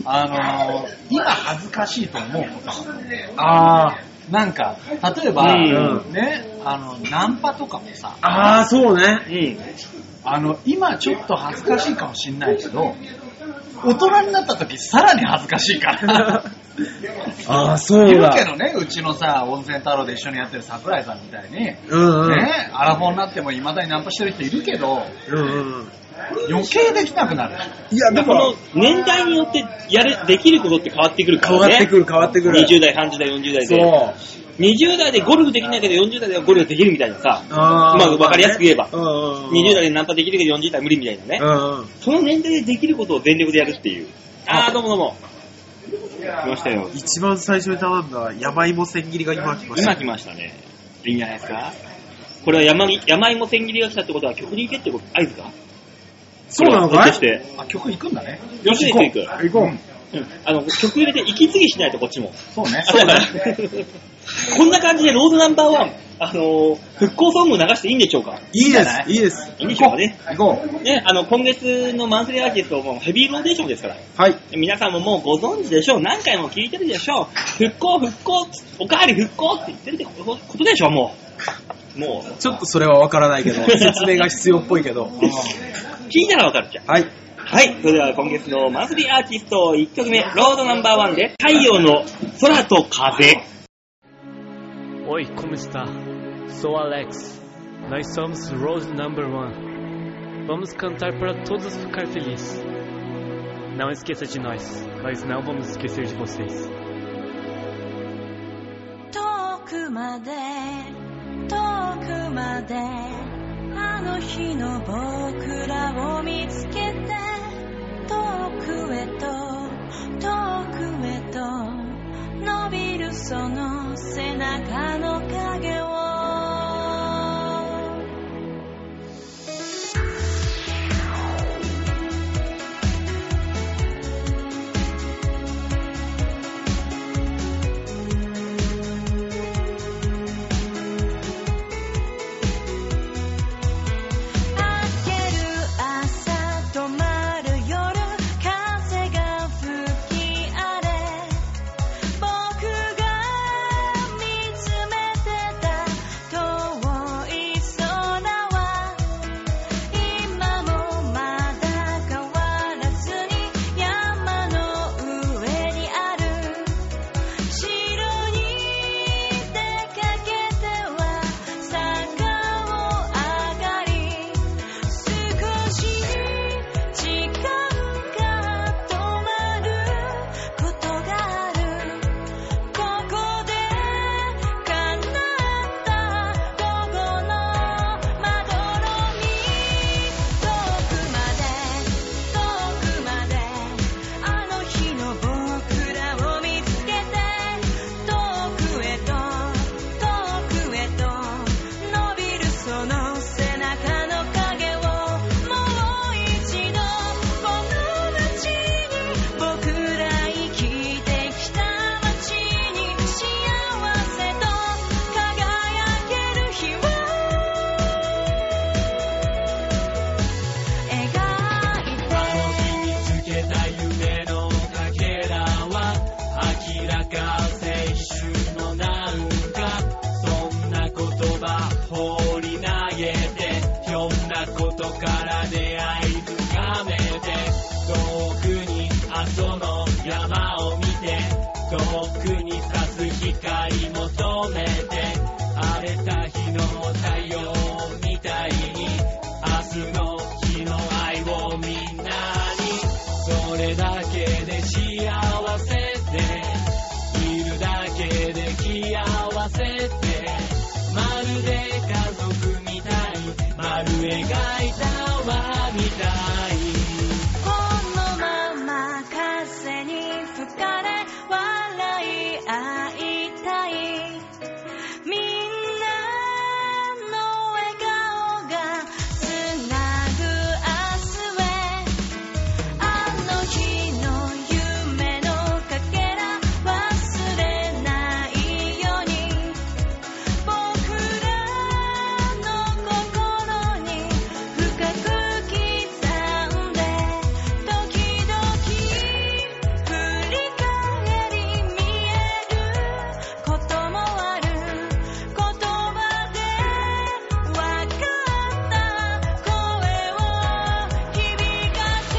Speaker 4: あのー今恥ずかしいと思うこと
Speaker 3: あー、
Speaker 4: なんか、例えば、
Speaker 2: うん
Speaker 4: ね、あの、ナンパとかもさ、
Speaker 3: あー、そうね。
Speaker 2: うん。
Speaker 4: あの、今ちょっと恥ずかしいかもしんないけど、大人になった時さらに恥ずかしいから。
Speaker 3: あー、そう
Speaker 4: 言う
Speaker 3: だ。
Speaker 4: けどね、うちのさ、温泉太郎で一緒にやってる桜井さんみたいに、ね、
Speaker 3: うんうん。
Speaker 4: アラフォーになっても未だにナンパしてる人いるけど、
Speaker 3: うんうんうん。
Speaker 4: 余計できなくなる。
Speaker 3: いや、で
Speaker 2: この
Speaker 3: も、
Speaker 2: 年代によってやる、できることって変わってくるか
Speaker 3: 変
Speaker 2: らね。
Speaker 3: わってくる変わってくる。
Speaker 2: 20代、30代、40代
Speaker 3: そ
Speaker 2: で。
Speaker 3: う。
Speaker 2: 20代でゴルフできないけど40代ではゴルフできるみたいなさ。
Speaker 3: あー
Speaker 2: まあわかりやすく言えば
Speaker 3: うんうんうん。
Speaker 2: 20代でナンパできるけど40代無理みたいなね。
Speaker 3: うんうん。
Speaker 2: その年代でできることを全力でやるっていう。あー、どうもどうも。来ましたよ。
Speaker 3: 一番最初に頼んだ山芋千切りが今来まし
Speaker 2: 今
Speaker 3: た。
Speaker 2: 来ましたね。いいんじゃないですかこれは山ぎ山芋千切りが来たってことは曲に行けってこと合図か
Speaker 3: そうなのか
Speaker 2: ひょ
Speaker 3: い
Speaker 2: っとして。
Speaker 4: あ、曲行くんだね。
Speaker 2: よし、行く行く。
Speaker 3: 行こう。
Speaker 2: うんあの、曲入れて息継ぎしないとこっちも。
Speaker 4: そうね。
Speaker 2: そうだね。 こんな感じでロードナンバーワン、あのー、復興ソング流していいんでしょうか
Speaker 3: いい
Speaker 4: じゃ
Speaker 3: で
Speaker 4: ない
Speaker 3: す、いいです。
Speaker 2: いいんでしょうかね。
Speaker 4: 行こう。
Speaker 2: ね、あの、今月のマンスリーアーティストもヘビーローテーションですから。
Speaker 3: はい。
Speaker 2: 皆さんももうご存知でしょう。何回も聞いてるでしょう。復興、復興、おかわり復興って言ってるってことことでしょう、もう。もう、
Speaker 3: ちょっとそれはわからないけど、説明が必要っぽいけど。
Speaker 2: 聞いたらわかるじゃん。
Speaker 3: はい。
Speaker 2: はい、それでは今月のマンスリーアーティスト1曲目、ロードナンバーワンで、太陽の空と風。
Speaker 5: Oi, como está? Sou Alex. Nós somos Road Number One. Vamos cantar para todos ficar felizes. Não esqueça de nós. Nós não vamos esquecer de vocês.
Speaker 6: 遠くまで遠くまであの日の僕らを見つけて遠くへと遠くへと伸びるその背中の影を
Speaker 5: 遠くに阿蘇の山を見て遠くに差す光求めて荒れた日の太陽みたいに明日の日の愛をみんなにそれだけで幸せでいるだけで幸せでまるで家族みたい丸描いた輪みたい
Speaker 6: このまま風に吹かれ笑い合いたいみんなの笑顔がつなぐ明日へあの日の夢のかけら忘れないように僕らの心に深く刻んで時々振り返り見えることもある言葉で分かった声を響かせ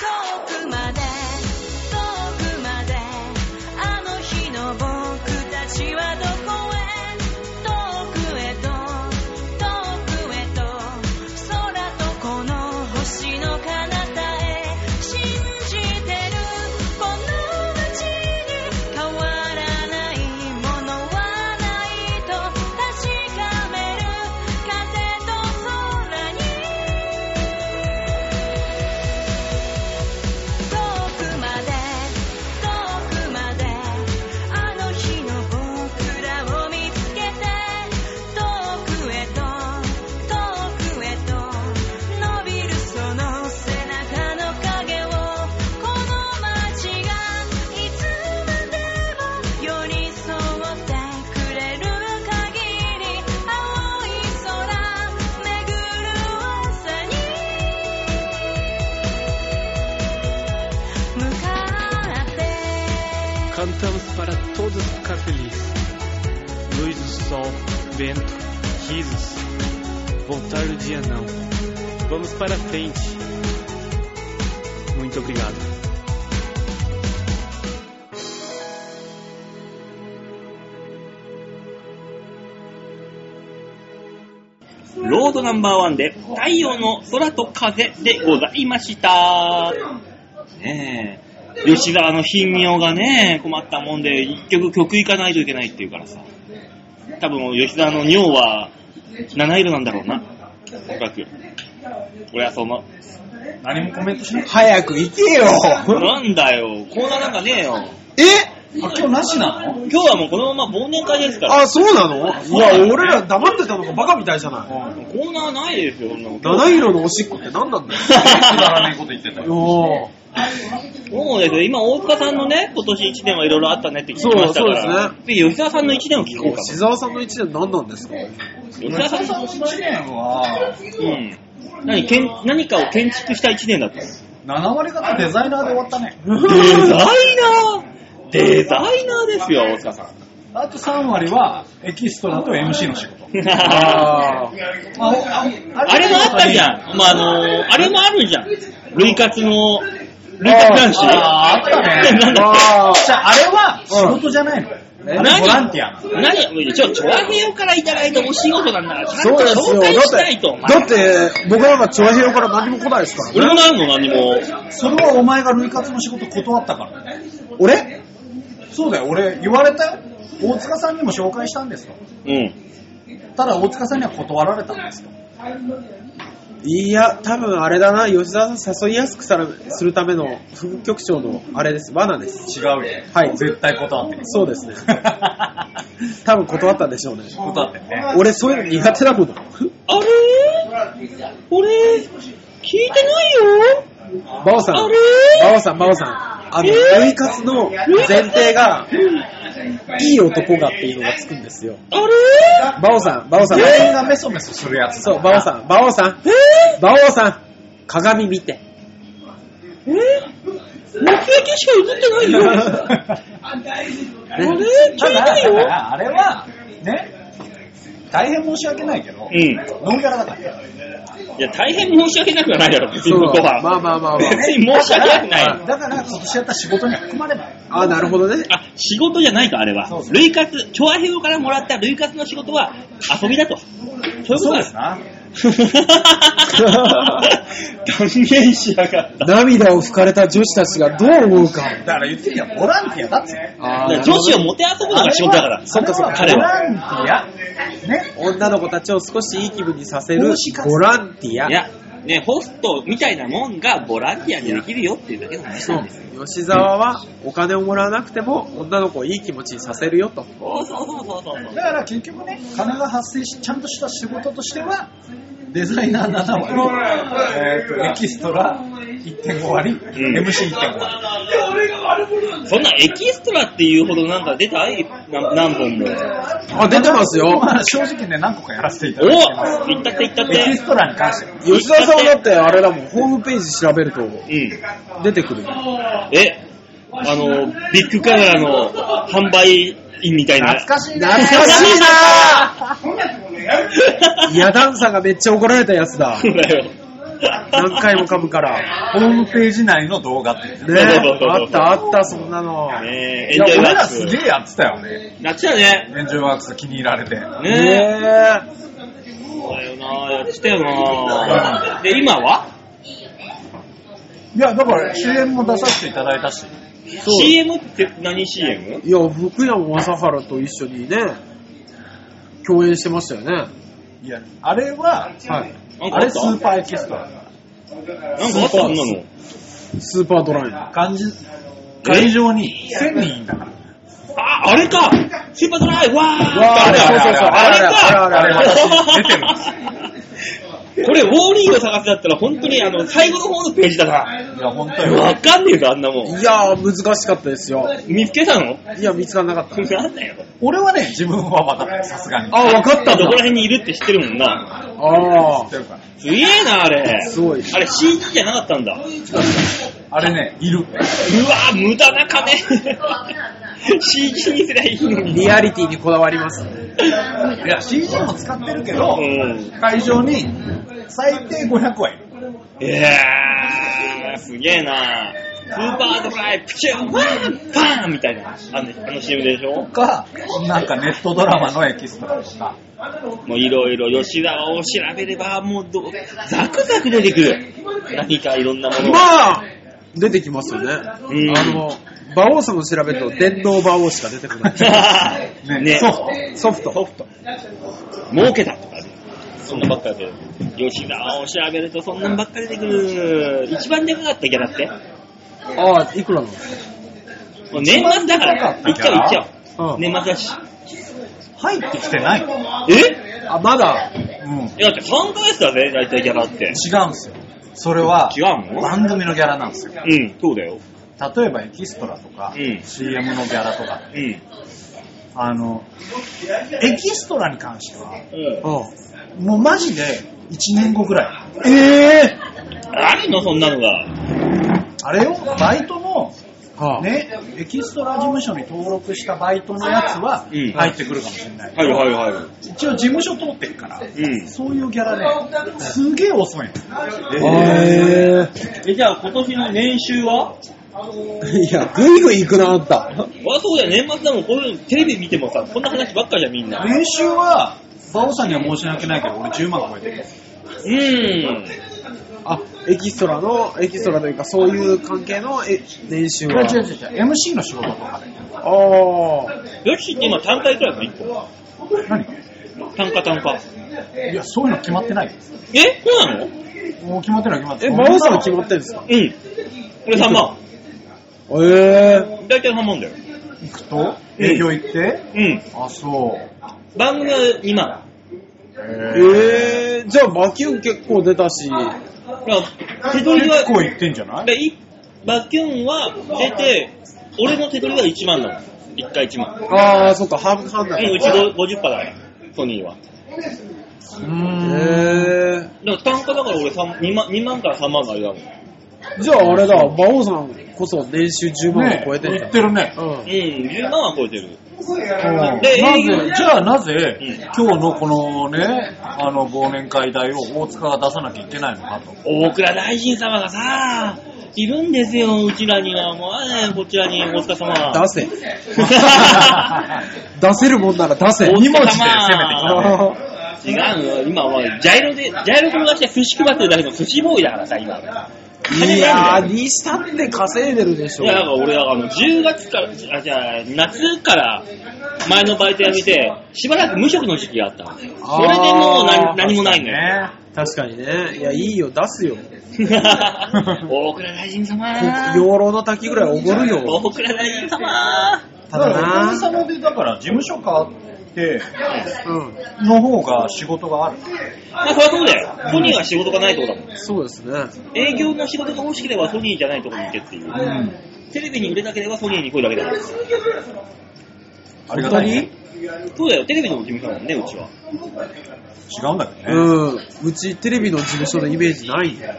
Speaker 6: 遠くまで遠くまであの日の僕たちはどこへ遠くへと遠くへと空とこの星の彼方へ信じてるこの街に変わらないものはないと確かめる風と空に遠くまで遠くまであの日の僕らを見つけて遠くへと遠くへと伸びるその背中の影をこの街がいつまでも寄り添ってくれる限り青い空巡る朝に向かって
Speaker 5: Cantamos para todos ficar felizes. Luz do sol, vento, risos. Voltar o dia não. Vamos para frente. Muito obrigado.
Speaker 2: ロードナンバーワンで、太陽の空と風でございました。ねえ。吉沢の頻尿がね、困ったもんで、一曲曲行かないといけないっていうからさ。多分、吉沢の尿は、七色なんだろうな。おそらく。俺はその、
Speaker 4: 何もコメントしない。
Speaker 7: 早く行けよ
Speaker 2: なんだよ、コーナーなんかねえよ。
Speaker 7: え
Speaker 4: あ、今日なしなの
Speaker 2: 今日はもうこのまま忘年会ですから。
Speaker 7: あ、そうなのいや、俺ら黙ってたのがバカみたいじゃない。
Speaker 2: コーナーないですよ、そんなこと。
Speaker 7: 七色のおしっこって何なんだよ。
Speaker 4: くだらないこと言ってたよ。
Speaker 7: おー
Speaker 2: そうですよ。今、大塚さんのね、今年1年はいろいろあったねって聞きましたから。
Speaker 7: そうそう
Speaker 2: で吉沢さんの1年を聞こうか。
Speaker 7: 吉沢さんの一年何なんですか
Speaker 2: 吉
Speaker 4: 村
Speaker 2: 沢さ
Speaker 4: 田
Speaker 2: ん
Speaker 4: さんの1年は、
Speaker 2: うん。何けん何かを建築した1年だったの
Speaker 4: 7割方デザイナーで終わったね。
Speaker 2: デザイナーデザイナーですよ、大塚さん。
Speaker 4: あと3割はエキストラと MC の仕事。ま
Speaker 7: あー
Speaker 4: あおあ
Speaker 2: あれもあったじゃん。まあ、あのーあれもあるじゃん。類活の、類活男子。
Speaker 4: あーあったね
Speaker 2: なんだっ
Speaker 7: あ
Speaker 4: じゃあ、あれは仕事じゃないの。
Speaker 7: ー
Speaker 2: け
Speaker 4: あれボランティアなの。
Speaker 2: 何ちょ、ちょわへよからいただいたお仕事なんだから、ちゃ
Speaker 7: そ
Speaker 2: ん
Speaker 7: う
Speaker 2: と
Speaker 7: です
Speaker 2: 紹
Speaker 7: よ。
Speaker 2: 介し
Speaker 7: だ
Speaker 2: な
Speaker 7: っ
Speaker 2: いと。お前
Speaker 7: て、だって、僕らが調和平から何も来ないですからね。
Speaker 2: 俺もないの、何も。
Speaker 4: それはお前が類活の仕事断ったからね。
Speaker 7: 俺
Speaker 4: そうだよ、俺言われたよ。大塚さんにも紹介したんですと。
Speaker 2: うん。
Speaker 4: ただ大塚さんには断られたんですと。
Speaker 7: いや、多分あれだな、吉沢さん誘いやすくさらするための副局長のあれです、罠です。
Speaker 4: 違うよ。
Speaker 7: はい
Speaker 4: 絶対断ってる。
Speaker 7: そうですね。多分断ったんでしょうね。
Speaker 4: 断ってるね。
Speaker 7: 俺そういうの苦手だもの。
Speaker 2: あれ俺、聞いてないよ
Speaker 7: バオさん、
Speaker 2: あ
Speaker 7: バ
Speaker 2: れ
Speaker 7: オさん、バオさん。あの、
Speaker 2: えー
Speaker 7: 類活の前提が、いい男がっていうのがつくんですよ。
Speaker 2: あれ
Speaker 7: バオさん、バオさん。
Speaker 4: 全員がメソメソするやつだ
Speaker 7: そう、バオ さん、バオさん。バオさん、鏡見て。
Speaker 2: え目撃しか映ってないよ あれ聞いて
Speaker 4: ただ、
Speaker 2: ない
Speaker 4: だか
Speaker 2: よ
Speaker 4: らあれは、ね、大変申し訳ないけど、
Speaker 2: うん。い
Speaker 4: ノンキャラだから。
Speaker 2: や、大変申し訳なくはないだろ、別にここは。
Speaker 3: まあまあまあまあ
Speaker 2: 別に申し訳なくない。
Speaker 4: だから、今年やった仕事に含まれない。
Speaker 3: ああ、なるほどね。
Speaker 2: あ、仕事じゃないと、あれは
Speaker 4: そう。そう
Speaker 2: 類活、調和平和からもらった類活の仕事は遊びだと。そういうことなんです
Speaker 4: な。
Speaker 2: 断言しやがった。
Speaker 3: 涙を拭かれた女子たちがどう思うか。
Speaker 4: だから言ってみればボランティアだって。
Speaker 3: あー
Speaker 2: 女子をもてあそぶのが仕事だから。
Speaker 4: そっかそっか。
Speaker 2: 彼
Speaker 4: ボ
Speaker 2: は。
Speaker 4: ランティア。ね。
Speaker 3: 女の子たちを少しいい気分にさせる
Speaker 4: 奉仕活動
Speaker 3: ボランティア
Speaker 2: い。や、ね、ホストみたいなもんがボランティアにできるよっていうだけの話
Speaker 3: そ
Speaker 2: な
Speaker 3: うん
Speaker 2: ですよ。
Speaker 3: 吉沢はお金をもらわなくても女の子をいい気持ちにさせるよと。
Speaker 2: そうそうそうそうそう。
Speaker 4: だから結局ね、金が発生し、ちゃんとした仕事としては、デザイナー7割、えーとエキストラ1.5割、MC1.5 割。
Speaker 2: そんなエキストラっていうほどなんか出たいな何本も。
Speaker 3: あ、出てます よ。
Speaker 4: まあ正直ね、何個かやらせていた
Speaker 2: お
Speaker 4: だいてます。
Speaker 2: 行ったって行ったっ
Speaker 4: エキ
Speaker 2: て
Speaker 4: ス。トラに関しては。
Speaker 3: 吉沢さんはだってあれだもん、ホームページ調べると
Speaker 2: うん。
Speaker 3: 出てくる。
Speaker 2: え、あの、ビッグカメラの販売員みたいな。
Speaker 4: 懐かしいね。
Speaker 3: 懐かしいなぁヤダンさんがめっちゃ怒られたやつだ
Speaker 2: そ。うだよ。
Speaker 3: 何回も噛むから。
Speaker 4: ホームページ内の動画っていうね。
Speaker 3: ねあったあった、そんなの。
Speaker 2: ねえ、エ
Speaker 4: い
Speaker 2: ン
Speaker 4: や、
Speaker 2: ジョイ
Speaker 4: 俺
Speaker 2: ワー
Speaker 4: ら
Speaker 2: ク
Speaker 4: す
Speaker 2: ス。
Speaker 4: げえやってたよね。
Speaker 2: 夏だね。
Speaker 4: エンジョイワークス気に入られて。う
Speaker 2: ねえ。
Speaker 3: ねえ。
Speaker 2: そうだよなやってたよなで、今はい
Speaker 4: や、だから CM も出させていただいたし。
Speaker 2: ?CM って何 CM?
Speaker 3: いや、福山雅治と一緒にね、共演してましたよね。
Speaker 4: いや、あれは、
Speaker 3: はい。
Speaker 2: なんか
Speaker 4: あ
Speaker 2: あ
Speaker 4: れ
Speaker 2: っ
Speaker 4: ス
Speaker 2: たなん
Speaker 4: ー
Speaker 2: か
Speaker 4: パーエキストラだか
Speaker 2: あったそんなの。
Speaker 3: スーパードライ
Speaker 4: ら。感じ、会場に1000人いたから。
Speaker 2: あ、あれかスーパードライわー
Speaker 4: わー
Speaker 2: あれ
Speaker 4: そうそう
Speaker 2: あれ
Speaker 4: そう
Speaker 2: か
Speaker 3: あれあれあれ
Speaker 4: 出て
Speaker 2: これ、ウォーリーを探すだったら本当にあの、最後の方のページだない
Speaker 4: や、本当に。
Speaker 2: わかんねえぞ、あんなもん。
Speaker 3: いやー、難しかったですよ。
Speaker 2: 見つけたの
Speaker 3: いや、見つからなかった。
Speaker 2: なんだよ。
Speaker 4: 俺はね、自分は分かった。さすがに。
Speaker 3: あ、わかったん
Speaker 2: どこら
Speaker 3: だ。
Speaker 2: 辺にいるって知ってるもんな。
Speaker 3: あ
Speaker 4: 知ってるから
Speaker 2: すげえな、あれ。
Speaker 3: すごい
Speaker 2: あれ CD じゃなかったんだ。うわ
Speaker 4: あれね、いる。
Speaker 2: ぁ、無駄な金。CG にすりゃいいの
Speaker 3: ー。
Speaker 2: に。
Speaker 3: リアリティにこだわりますね。
Speaker 4: いや、CG も使ってるけど
Speaker 2: う、ん。
Speaker 4: 会場に最低500はいる。
Speaker 2: いやー、すげえなスーパードライ、プチュー、ワーン、パーンみたいな。あのあの CM でしょ
Speaker 4: か、なんかネットドラマのエキストラとか。
Speaker 2: もういろいろ吉沢を調べれば、もうど、ザクザク出てくる。何かいろんなもの
Speaker 3: ま
Speaker 2: が。
Speaker 3: あ、出てきますよね。
Speaker 2: うん
Speaker 3: あの、馬王さんの調べると、電脳馬王しか出てこない。
Speaker 4: ね
Speaker 2: ね、
Speaker 4: ソフト。
Speaker 3: ソフト。ソフト。
Speaker 2: 儲けたとかね。そんなばっかで。吉沢を調べるとそんなんばっか出てくる。一番でかかったギャラって。
Speaker 3: ああ、いくらなんです
Speaker 2: もう年末だから。
Speaker 4: 一
Speaker 2: 行
Speaker 4: 番
Speaker 2: っ
Speaker 4: で
Speaker 2: ちゃう
Speaker 4: か
Speaker 2: 行っ
Speaker 4: かった
Speaker 2: ち
Speaker 4: ギ
Speaker 2: ゃ
Speaker 4: ャラ
Speaker 3: か
Speaker 2: う。年末だし。
Speaker 4: 入ってきてない。
Speaker 2: え
Speaker 3: あ、まだ。
Speaker 4: うん。違
Speaker 2: いやだって3ヶ月だぜ、大体ギャラって。
Speaker 4: うんすよ。それは
Speaker 2: 違、うの
Speaker 4: 番組のギャラなんですよ。
Speaker 2: うん、そうだよ。
Speaker 4: 例えばエキストラとか、
Speaker 2: うん
Speaker 4: CM のギャラとか、
Speaker 2: うん。
Speaker 4: あの、エキストラに関しては、
Speaker 2: うん
Speaker 3: あ
Speaker 4: もうマジで1年後ぐらい。
Speaker 3: え
Speaker 2: あるのそんなのが。
Speaker 4: あれをバイトの、
Speaker 3: えはあ、
Speaker 4: ね、エキストラ事務所に登録したバイトのやつは
Speaker 2: うん
Speaker 4: 入ってくるかもしれない。
Speaker 2: はいはいは
Speaker 4: 一応事務所通ってるから、
Speaker 2: い。うん。
Speaker 4: そういうギャラね、すげえ遅いの。
Speaker 3: え
Speaker 2: え、じゃあ今年の年収は
Speaker 3: ー、いや、ぐいぐい行くな、あんた。
Speaker 2: わそうだよ、年末だもん、こういうのテレビ見てもさ、こんな話ばっかじゃんみんな。
Speaker 4: 練習は、バオさんには申し訳ないけど、俺10万超えてる。
Speaker 2: うん。
Speaker 3: あ、エキストラの、エキストラというか、そういう関係のえ練習は。
Speaker 4: 違う違う違う、MC の仕事とかで。
Speaker 3: ああ。
Speaker 2: よしって今単価いくらなの一個。
Speaker 4: 何
Speaker 2: 単価単価。
Speaker 4: いや、そういうの決まってないよ。
Speaker 2: えそうなの
Speaker 4: もう決まってない決まって
Speaker 3: え、
Speaker 4: ない。
Speaker 3: 馬王さんは決まってるんですか
Speaker 2: うん。俺3万。
Speaker 3: ええ
Speaker 2: 大体3万だよ。
Speaker 4: 行くと、営業行って、
Speaker 2: うん。
Speaker 4: あ、そう。
Speaker 2: 番組は2万。
Speaker 3: ええじゃあ、馬キュン結構出たし、
Speaker 2: だから手取り
Speaker 4: 結
Speaker 2: は、
Speaker 4: 構行ってんじゃない
Speaker 2: でいバキュンは出て、俺の手取りは1万だもん。1回1万。
Speaker 3: ああ、そっか、半々だ。
Speaker 2: うん、うち50%だから、ソニーは。
Speaker 3: ええ
Speaker 2: だから単価だから俺三二万 ,2 万から3万の間だもん。
Speaker 3: じゃああれだ、馬王さんこそ年収10万を超えてん
Speaker 4: 言
Speaker 3: だ。
Speaker 4: ってるね。
Speaker 3: うん。
Speaker 2: 10万は超えてる。
Speaker 4: な
Speaker 2: で
Speaker 4: ぜ、じゃあなぜ、
Speaker 2: うん
Speaker 4: 今日のこのね、あの忘年会代を大塚が出さなきゃいけないのかと。
Speaker 2: 大倉大臣様がさ、いるんですよ、うちらには。もう、ね、こちらに大塚様。
Speaker 3: 出せ。 出せるもんなら出せ。
Speaker 2: 大塚様
Speaker 4: 二文字で攻めてきたね
Speaker 2: 違うの今は、ジャイロで、ジャイロ友達で寿司配ってるだけの寿司ボーイだからさ、今。金
Speaker 3: い
Speaker 2: な
Speaker 3: やー、
Speaker 2: いんだよ
Speaker 3: にしたって稼いでるでしょ
Speaker 2: い。や、だから俺、あの、10月から、あ、じゃあ、夏から、前のバイト辞めて、しばらく無職の時期があったの。それでもう何何もないんだよ。
Speaker 4: ね。
Speaker 3: 確かにね。いや、いいよ、出すよ。
Speaker 2: 大倉大臣様
Speaker 3: 養老の滝ぐらいおごるよ。
Speaker 2: 大倉大臣様
Speaker 3: ただ
Speaker 4: からおじさ
Speaker 3: な。
Speaker 4: まで、だから事務所変わって、
Speaker 3: うん。
Speaker 4: の方が仕事がある。
Speaker 2: まあ、そりゃそうだよ。ソニーは仕事がないってことだもん。
Speaker 3: そうですね。
Speaker 2: 営業の仕事が欲しければソニーじゃないとこに行けっていう。テレビに売れなければソニーに来るだけだから。
Speaker 4: ありがたい、ね。
Speaker 2: そうだよ、テレビの事務所だもんね、うちは。
Speaker 4: 違うんだけどね。
Speaker 3: うん。うちテレビの事務所のイメージないよ。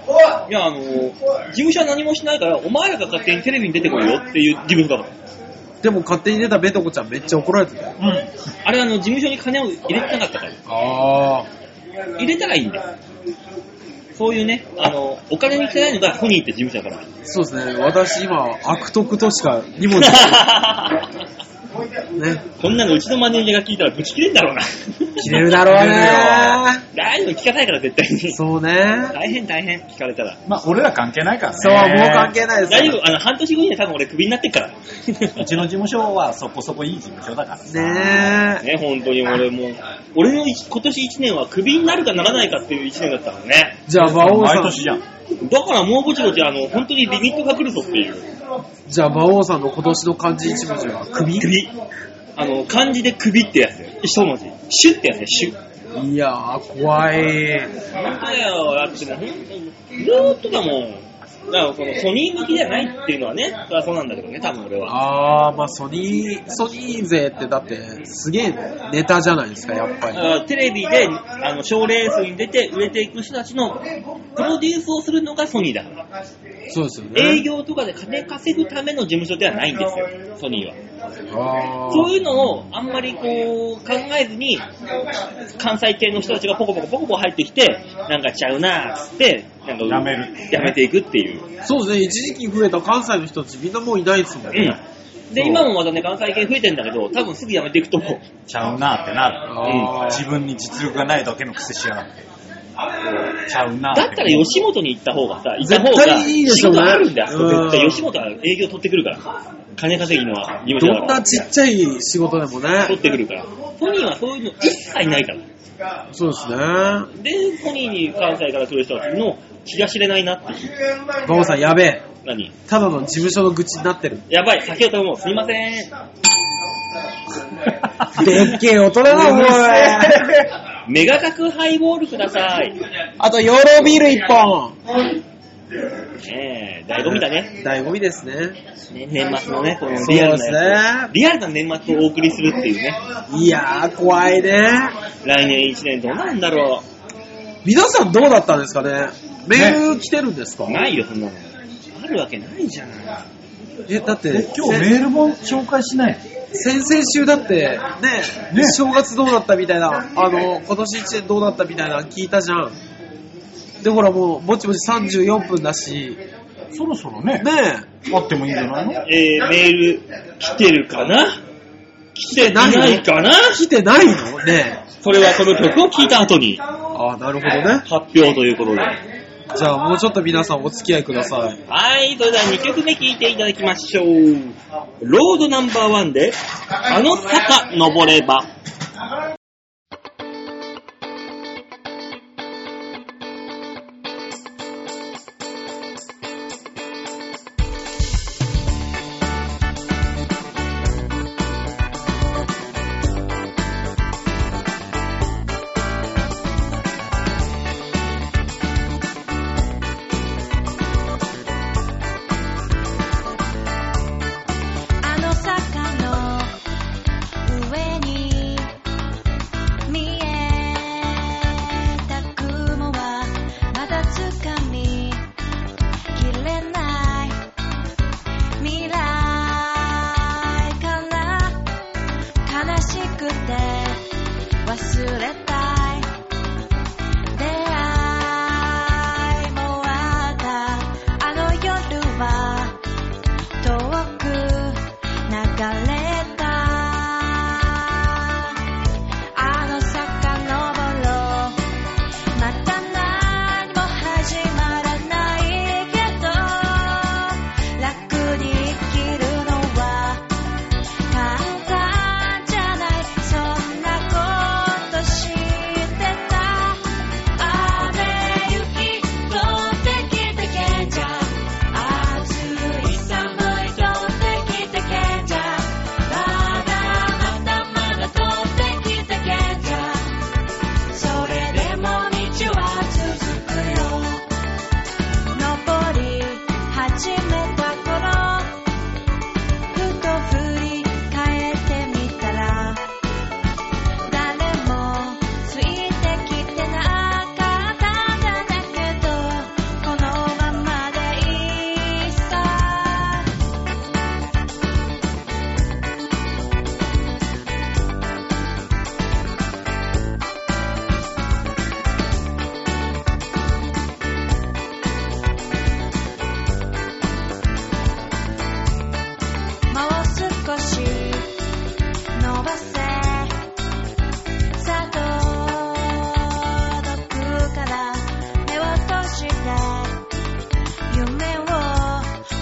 Speaker 2: いや、あの、事務所は何もしないから、お前らが勝手にテレビに出てこいよっていう事務所だもん。
Speaker 3: でも勝手に出たベトコちゃんめっちゃ怒られてたよ。
Speaker 2: あれ、あの、事務所に金を入れてなかったから。
Speaker 3: あ
Speaker 2: 入れたらいいんだよ。そういうね、あの、お金に汚いのがソニーって事務所だ から。
Speaker 3: ー。そうですね。私今、悪徳としか2文字。 ね。
Speaker 2: こんなのうちのマネージャーが聞いたらぶち切れんだろうな。
Speaker 3: 切れるだろうね。
Speaker 2: 大丈夫、聞かないから絶対に。
Speaker 3: そうね。
Speaker 2: 大変大変、聞かれたら。
Speaker 4: まあ、俺ら関係ないからね。
Speaker 3: そう、もう関係ないです。
Speaker 2: 大丈夫、あの、半年後には多分俺クビになってっから。
Speaker 4: うちの事務所はそこそこいい事務所だからさ。
Speaker 3: ねえ。
Speaker 2: ね、本当に俺もう、俺の一今年1年はクビになるかならないかっていう1年だったのね。
Speaker 3: じゃあ、馬王さ
Speaker 4: 毎
Speaker 3: ん。
Speaker 4: 年じゃん。
Speaker 2: だからもうぼちぼち、あの、本当にリミットが来るぞっていう。
Speaker 3: じゃあ、馬王さんの今年の漢字一文字は首
Speaker 2: クビ。あの、漢字でクビってやつだよ。一文字。シュってやつだよ、シュ。
Speaker 3: いやー、怖い。
Speaker 2: 本当だよ、だってもう本当に、ずーっとだもん。だからそのソニー向きじゃないっていうのはね、それはそうなんだけどね、多分俺は。
Speaker 3: あー、まあソニー、ソニー勢ってだって、すげえネタじゃないですか、やっぱり。
Speaker 2: あテレビであの賞レースに出て売れていく人たちのプロデュースをするのがソニーだから、
Speaker 3: そうですよ
Speaker 2: 営
Speaker 3: ね。
Speaker 2: 業とかで金稼ぐための事務所ではないんですよ、ソニーは。
Speaker 3: あ
Speaker 2: そう
Speaker 3: ー
Speaker 2: いうのをあんまりこう考えずに、関西系の人たちがポコポコポコポコ入ってきて、なんかちゃうなーっつって、なんか
Speaker 4: やめる
Speaker 2: やめていくっていう。
Speaker 3: そうですね、一時期増えた関西の人たちみんなもういないですもん
Speaker 2: う。ん。で、今もまたね、関西系増えてんだけど、多分すぐやめていくと思う。
Speaker 4: ちゃうなってなる。
Speaker 3: あー
Speaker 4: 自分に実力がないだけの癖しやがって。ちゃうなって。
Speaker 2: だったら吉本に行った方がさ、行った
Speaker 3: 絶
Speaker 2: 方
Speaker 3: 対
Speaker 2: が
Speaker 3: いい
Speaker 2: 仕
Speaker 3: でしょうね
Speaker 2: 事あるんだよ。
Speaker 3: うん
Speaker 2: 絶対吉本は営業取ってくるから。金稼ぎのは事務所だ
Speaker 3: どん
Speaker 2: から
Speaker 3: なちっちゃい仕事でも
Speaker 2: 取
Speaker 3: ね。
Speaker 2: ってくるから。ソニーはそういうの一切ないから。
Speaker 3: そうですね。馬
Speaker 2: で、ソニーに関西から来る人たちの気が知れないなっていう。
Speaker 3: 王さん、やべえ。
Speaker 2: 何
Speaker 3: ただの事務所の愚痴になってる。
Speaker 2: やばい、酒を頼もう。すいません。
Speaker 3: でっ けえ大人だ、おい。
Speaker 2: メガ角ハイボールください。
Speaker 3: あと、養老ビール一本。
Speaker 2: ねえ、醍醐味だね。
Speaker 3: 醍醐味ですね。
Speaker 2: ね年末のね、この
Speaker 3: そう
Speaker 2: リア
Speaker 3: で
Speaker 2: ル
Speaker 3: す
Speaker 2: なや
Speaker 3: ね
Speaker 2: つ。。リアルな年末をお送りするっていうね。
Speaker 3: いやー、怖いね。
Speaker 2: 来年一年どうなるんだろ
Speaker 3: 皆さんどうだったんですかねメール来てるんですか、
Speaker 2: う。ないよ、そんなの。あるわけないじゃん。
Speaker 3: え、だって、
Speaker 4: 今日メールも紹介しない。
Speaker 3: 先々週だって、ね、
Speaker 4: ね
Speaker 3: 正月どうだったみたいな、あの、今年一年どうだったみたいなの聞いたじゃん。で、ほらもう、ぼちぼち34分だし、
Speaker 4: そろそろね、
Speaker 3: ね
Speaker 4: あってもいいんじゃないの
Speaker 2: えー、メール来てるかな来て
Speaker 3: ない
Speaker 2: ないかな
Speaker 3: 来てないのねえ。
Speaker 2: それはこの曲を聴いた後に発
Speaker 3: ああ、なるほどね。
Speaker 2: 表ということで。
Speaker 3: じゃあもうちょっと皆さんお付き合いください。
Speaker 2: はい、それでは2曲目聴いていただきましょう。ロードナンバーワンで、あの坂登れば。
Speaker 6: あの坂の上に始めた頃ふと振り返ってみたら誰もついてきてなかったんだけどこのままでいいさもう少し伸ばせさあ届くから目を閉じて夢を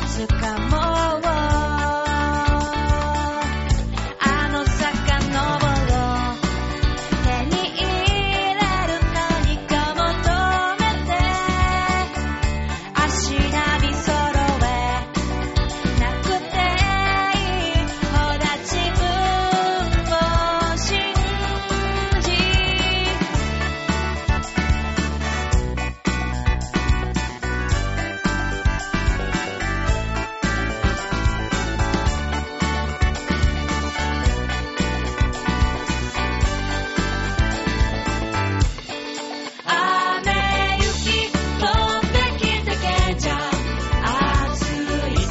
Speaker 6: つかもうあの坂登ろう手に入れる何か求めて足並み揃えなくていいほら自分を信じ雨雪飛んできてけんじゃ暑い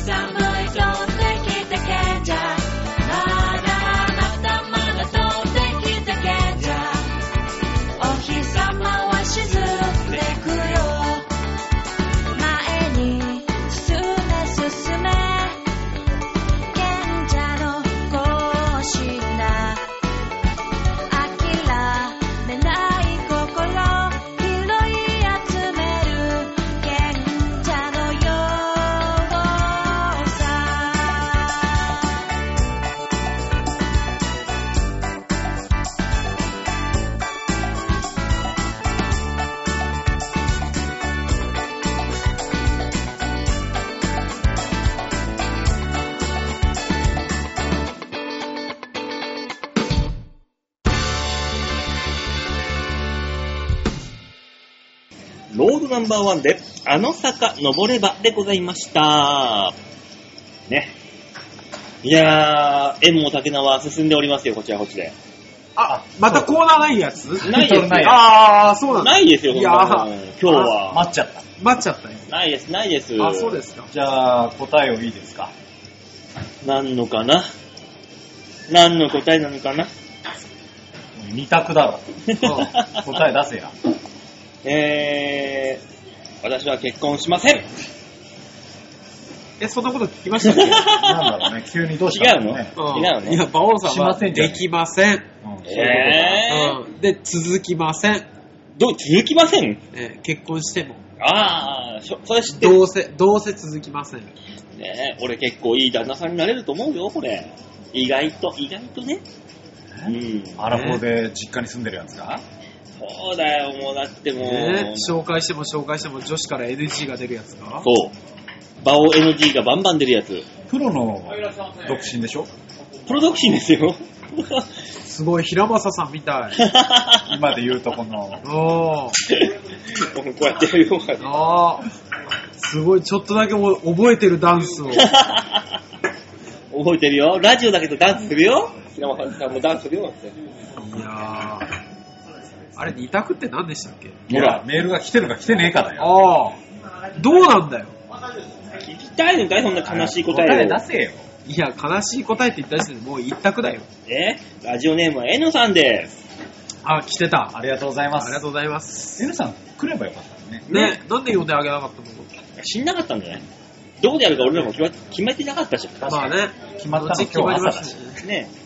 Speaker 6: 寒い飛んできてけんじゃまだ頭が飛んできてけんじゃお日様は沈んでくよ前に進め進め賢者の行進だ諦めない心拾い集める賢者のようさ
Speaker 2: ロードナンバーワンで、あの坂登ればでございました。ね。いやー、縁も竹縄進んでおりますよ、こちらこっちで。
Speaker 3: あ、またコーナーないやつ
Speaker 2: ないです
Speaker 4: ない
Speaker 2: ね。
Speaker 3: あー、そうなんだ。
Speaker 2: ないですよ、そんなもん
Speaker 3: いや
Speaker 2: 今日は。
Speaker 4: 待っちゃった。
Speaker 3: 待っちゃったよ。
Speaker 2: ないです、ないです。
Speaker 3: あ、そうです か。
Speaker 4: じゃあ、答えをいいですか。
Speaker 2: なんのかな何の答えなのかな
Speaker 4: 二択だ ろ。答え出せや。
Speaker 2: えー、私は結婚しません。違
Speaker 3: え、そんなこと聞きま したっけ
Speaker 4: なんだろうね、急にどうした
Speaker 2: うの、
Speaker 4: だろね。
Speaker 3: うん
Speaker 2: 違うの
Speaker 3: いや、馬王さん
Speaker 4: しま
Speaker 3: は
Speaker 4: せんじゃ
Speaker 3: で
Speaker 4: ない
Speaker 3: きません。
Speaker 4: うんそういう
Speaker 2: えー、
Speaker 3: うんで、続きません。
Speaker 2: どう、続きません
Speaker 3: えー結婚しても。
Speaker 2: あー、そそれ知ってる。
Speaker 3: どうせ、どうせ続きません。
Speaker 2: ねえ俺結構いい旦那さんになれると思うよ、これ。意外と、意外とね。うん。
Speaker 4: ことか。アラフォーで実家に住んでるやつが
Speaker 2: そうだよ、もうだってもう。
Speaker 3: ね、紹介しても紹介しても女子から NG が出るやつか
Speaker 2: そう。バオ NG がバンバン出るやつ。
Speaker 4: プロの独身でしょ
Speaker 2: プロ独身です よ。
Speaker 3: すごい、平正さんみ たい。
Speaker 4: 今で言うとこの、
Speaker 3: おー、
Speaker 2: こうやってやるよ。
Speaker 3: あー。すごい、ちょっとだけお覚えてるダンスを。
Speaker 2: 覚えてるよ。ラジオだけどダンスするよ。平間さんもダンスするよって。
Speaker 3: いやーあれ、二択って何でしたっけ
Speaker 4: ほら、メールが来てるか来てねえかだよ。
Speaker 3: ああ、どうなんだよ。
Speaker 2: 聞きたいのかいそんな悲しい答
Speaker 4: 答
Speaker 2: え
Speaker 4: え
Speaker 2: を
Speaker 4: 出。せよ。
Speaker 3: いや、悲しい答えって言った時点でもう一択だよ。
Speaker 2: えラジオネームは N さんです。
Speaker 3: あ、来てた。
Speaker 4: ありがとうございま
Speaker 3: ありが
Speaker 4: す。
Speaker 3: とうございます。
Speaker 4: エルさん来ればよかったのね。
Speaker 3: ね、なんで呼んであげなかったの
Speaker 2: 死んなかったんじゃないどこでやるか俺らも決ま決めてなかったし。
Speaker 3: まあね、
Speaker 4: 決まった
Speaker 3: 後
Speaker 4: の
Speaker 3: に決ま
Speaker 4: 今
Speaker 3: り
Speaker 4: 日
Speaker 3: ま
Speaker 4: 朝だ
Speaker 3: し。
Speaker 4: し
Speaker 3: ね。
Speaker 4: た
Speaker 2: ねえー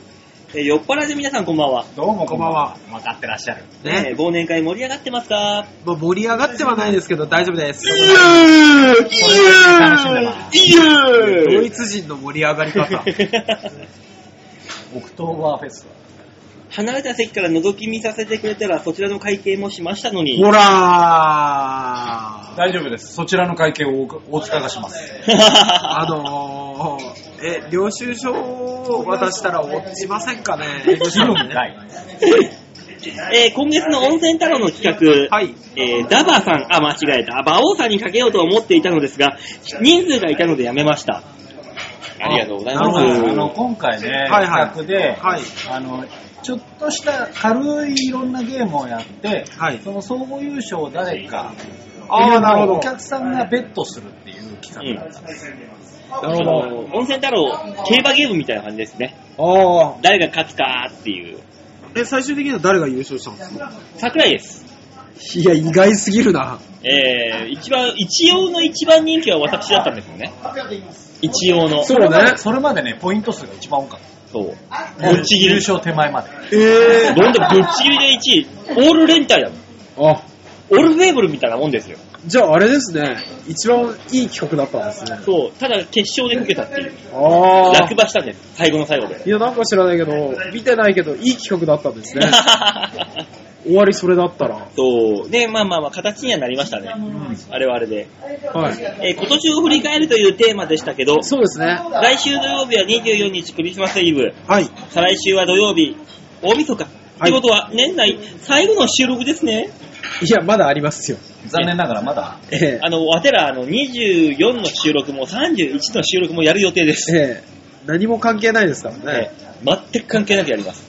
Speaker 2: 酔っ払いで皆さんこんばんは。
Speaker 4: どうもこんばんは
Speaker 3: こ。
Speaker 4: 分かってらっしゃる。
Speaker 2: ね
Speaker 3: ね
Speaker 2: え忘年会盛り上がってま すか
Speaker 3: まあ、盛り上がってはないですけど大丈夫です。
Speaker 4: これ楽しんでます。
Speaker 3: ドイツ人の盛り上がり 方。
Speaker 4: オクトーバーフェス
Speaker 2: 離れた席から覗き見させてくれたらそちらの会計もしましたのに
Speaker 3: ほ。らー
Speaker 4: 大丈夫です。そちらの会計をおお使いがします。
Speaker 3: あのー、え、領収書を渡したら落ちませんかね
Speaker 4: 議論ない。
Speaker 2: えー今月の温泉太郎の企画、
Speaker 3: はい
Speaker 2: えーダバさん、あ、間違えた、馬王さんにかけようと思っていたのですが、人数がいたのでやめました。ありがとうござい
Speaker 4: なるほどあ
Speaker 2: ま
Speaker 4: の
Speaker 2: す。
Speaker 4: 今回ね、
Speaker 3: はいはい
Speaker 4: 企画で、
Speaker 3: はい
Speaker 4: あの、ちょっとした軽いいろんなゲームをやって、
Speaker 3: はい
Speaker 4: その総合優勝を誰かっていう
Speaker 3: あーなるほ
Speaker 4: の
Speaker 3: ど
Speaker 4: をお客さんがベットするっていう企画だったんです。
Speaker 3: なる
Speaker 2: あの温泉太郎、競馬ゲームみたいな感じですね。
Speaker 3: ほど。あ
Speaker 2: 誰が勝つかっていう。
Speaker 3: あ。え、最終的には誰が優勝したんですか
Speaker 2: 桜井です。
Speaker 3: いや、意外すぎるな。
Speaker 2: えー、一番、一応の一番人気は私だったんですよね。一応の。
Speaker 3: そうね。
Speaker 4: それまでね、ポイント数が一番多かった。
Speaker 2: そう。ぶっちぎ
Speaker 4: 優
Speaker 2: り。
Speaker 4: 勝手前まで。
Speaker 3: ええ
Speaker 2: どんどんぶっちぎりで1位。オール連帯だもん。
Speaker 3: あ、
Speaker 2: オールベーブルみたいなもんですよ。
Speaker 3: じゃああれですね。一番いい企画だったんですね。
Speaker 2: そう。ただ決勝で受けたっていう。
Speaker 3: ああ
Speaker 2: 落。馬したんです。最後の最後で。
Speaker 3: いや、なんか知らないけど、見てないけど、いい企画だったん ですね。終わりそれだったら。
Speaker 2: そう。ね、まあまあまあ、形にはなりましたね。あれはあれで。
Speaker 3: はい。
Speaker 2: えー今年を振り返るというテーマでしたけど、
Speaker 3: そうですね。
Speaker 2: 来週土曜日は24日クリスマスイブ、
Speaker 3: はい。
Speaker 2: 再来週は土曜日、大晦日。ってことは、年内最後の収録ですね。
Speaker 3: いや、まだありますよ。
Speaker 4: 残念ながらまだ。
Speaker 3: ええ
Speaker 2: あの、わてら、あの、24の収録も31の収録もやる予定です。
Speaker 3: ええ何も関係ないですからね。
Speaker 2: ね全く関係なくやります。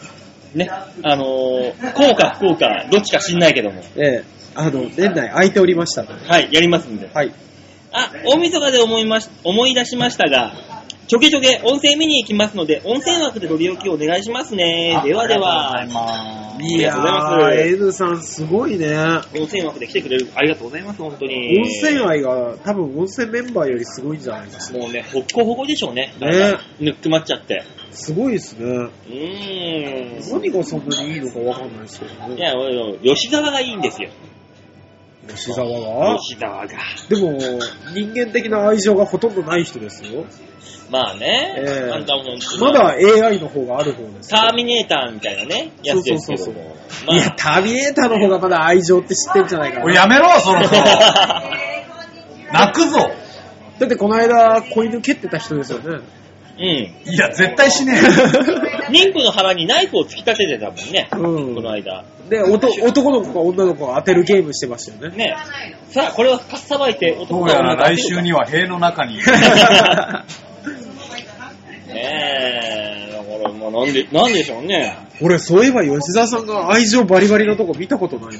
Speaker 2: ね、あのー、効か不効か、どっちか知んないけども。
Speaker 3: ええあの、年内空いておりましたので。
Speaker 2: はい、やりますんで。
Speaker 3: はい。
Speaker 2: あ、大晦日で思いまし、思い出しましたが、ちょけちょけ温泉見に行きますので、温泉枠でご利用きお願いしますね。ではでは。
Speaker 4: ありがとうございます。
Speaker 2: ありがとうございます
Speaker 3: やー N さんすごいね。
Speaker 2: 温泉枠で来てくれる。ありがとうございます、本当に。
Speaker 3: 温泉愛が多分温泉メンバーよりすごいんじゃないですか。
Speaker 2: もうね、ほっこほこでしょうね。
Speaker 3: ね
Speaker 2: ぬっくまっちゃって。
Speaker 3: すごいですね。
Speaker 2: うーん。
Speaker 3: 何がそんなにいいのかわかんないですけど
Speaker 2: い
Speaker 3: ね。
Speaker 2: や、俺吉沢がいいんですよ。
Speaker 3: 吉沢は。
Speaker 2: 吉沢が。
Speaker 3: でも、人間的な愛情がほとんどない人ですよ。
Speaker 2: まあね、
Speaker 3: ええ
Speaker 2: あんたも本当に
Speaker 3: まだ AI の方がある方ですよ。
Speaker 2: ターミネーターみたいなね、やつですけど
Speaker 3: そうそう
Speaker 2: も。
Speaker 3: いや、ターミネーターの方がまだ愛情って知ってるんじゃないか
Speaker 4: お
Speaker 3: な。
Speaker 4: いやめろ、そろそろ。
Speaker 2: まあ、
Speaker 4: 泣くぞ。
Speaker 3: だってこの間、子犬蹴ってた人ですよね。
Speaker 2: うん。
Speaker 4: いや、絶対しね え。
Speaker 2: 妊婦の腹にナイフを突き立ててたもんね、
Speaker 3: うん
Speaker 2: この間。
Speaker 3: で、おと男の子か女の子を当てるゲームしてましたよね。
Speaker 2: ね。さあ、これはかっさばいて
Speaker 4: ど
Speaker 2: 男
Speaker 4: うや
Speaker 2: が
Speaker 4: ら
Speaker 2: 女が
Speaker 4: 来週には塀の中 に。
Speaker 2: ねえ、だから、まあ、なんで、なんでしょうね。
Speaker 3: 俺、そういえば吉沢さんが愛情バリバリのとこ見たことないな。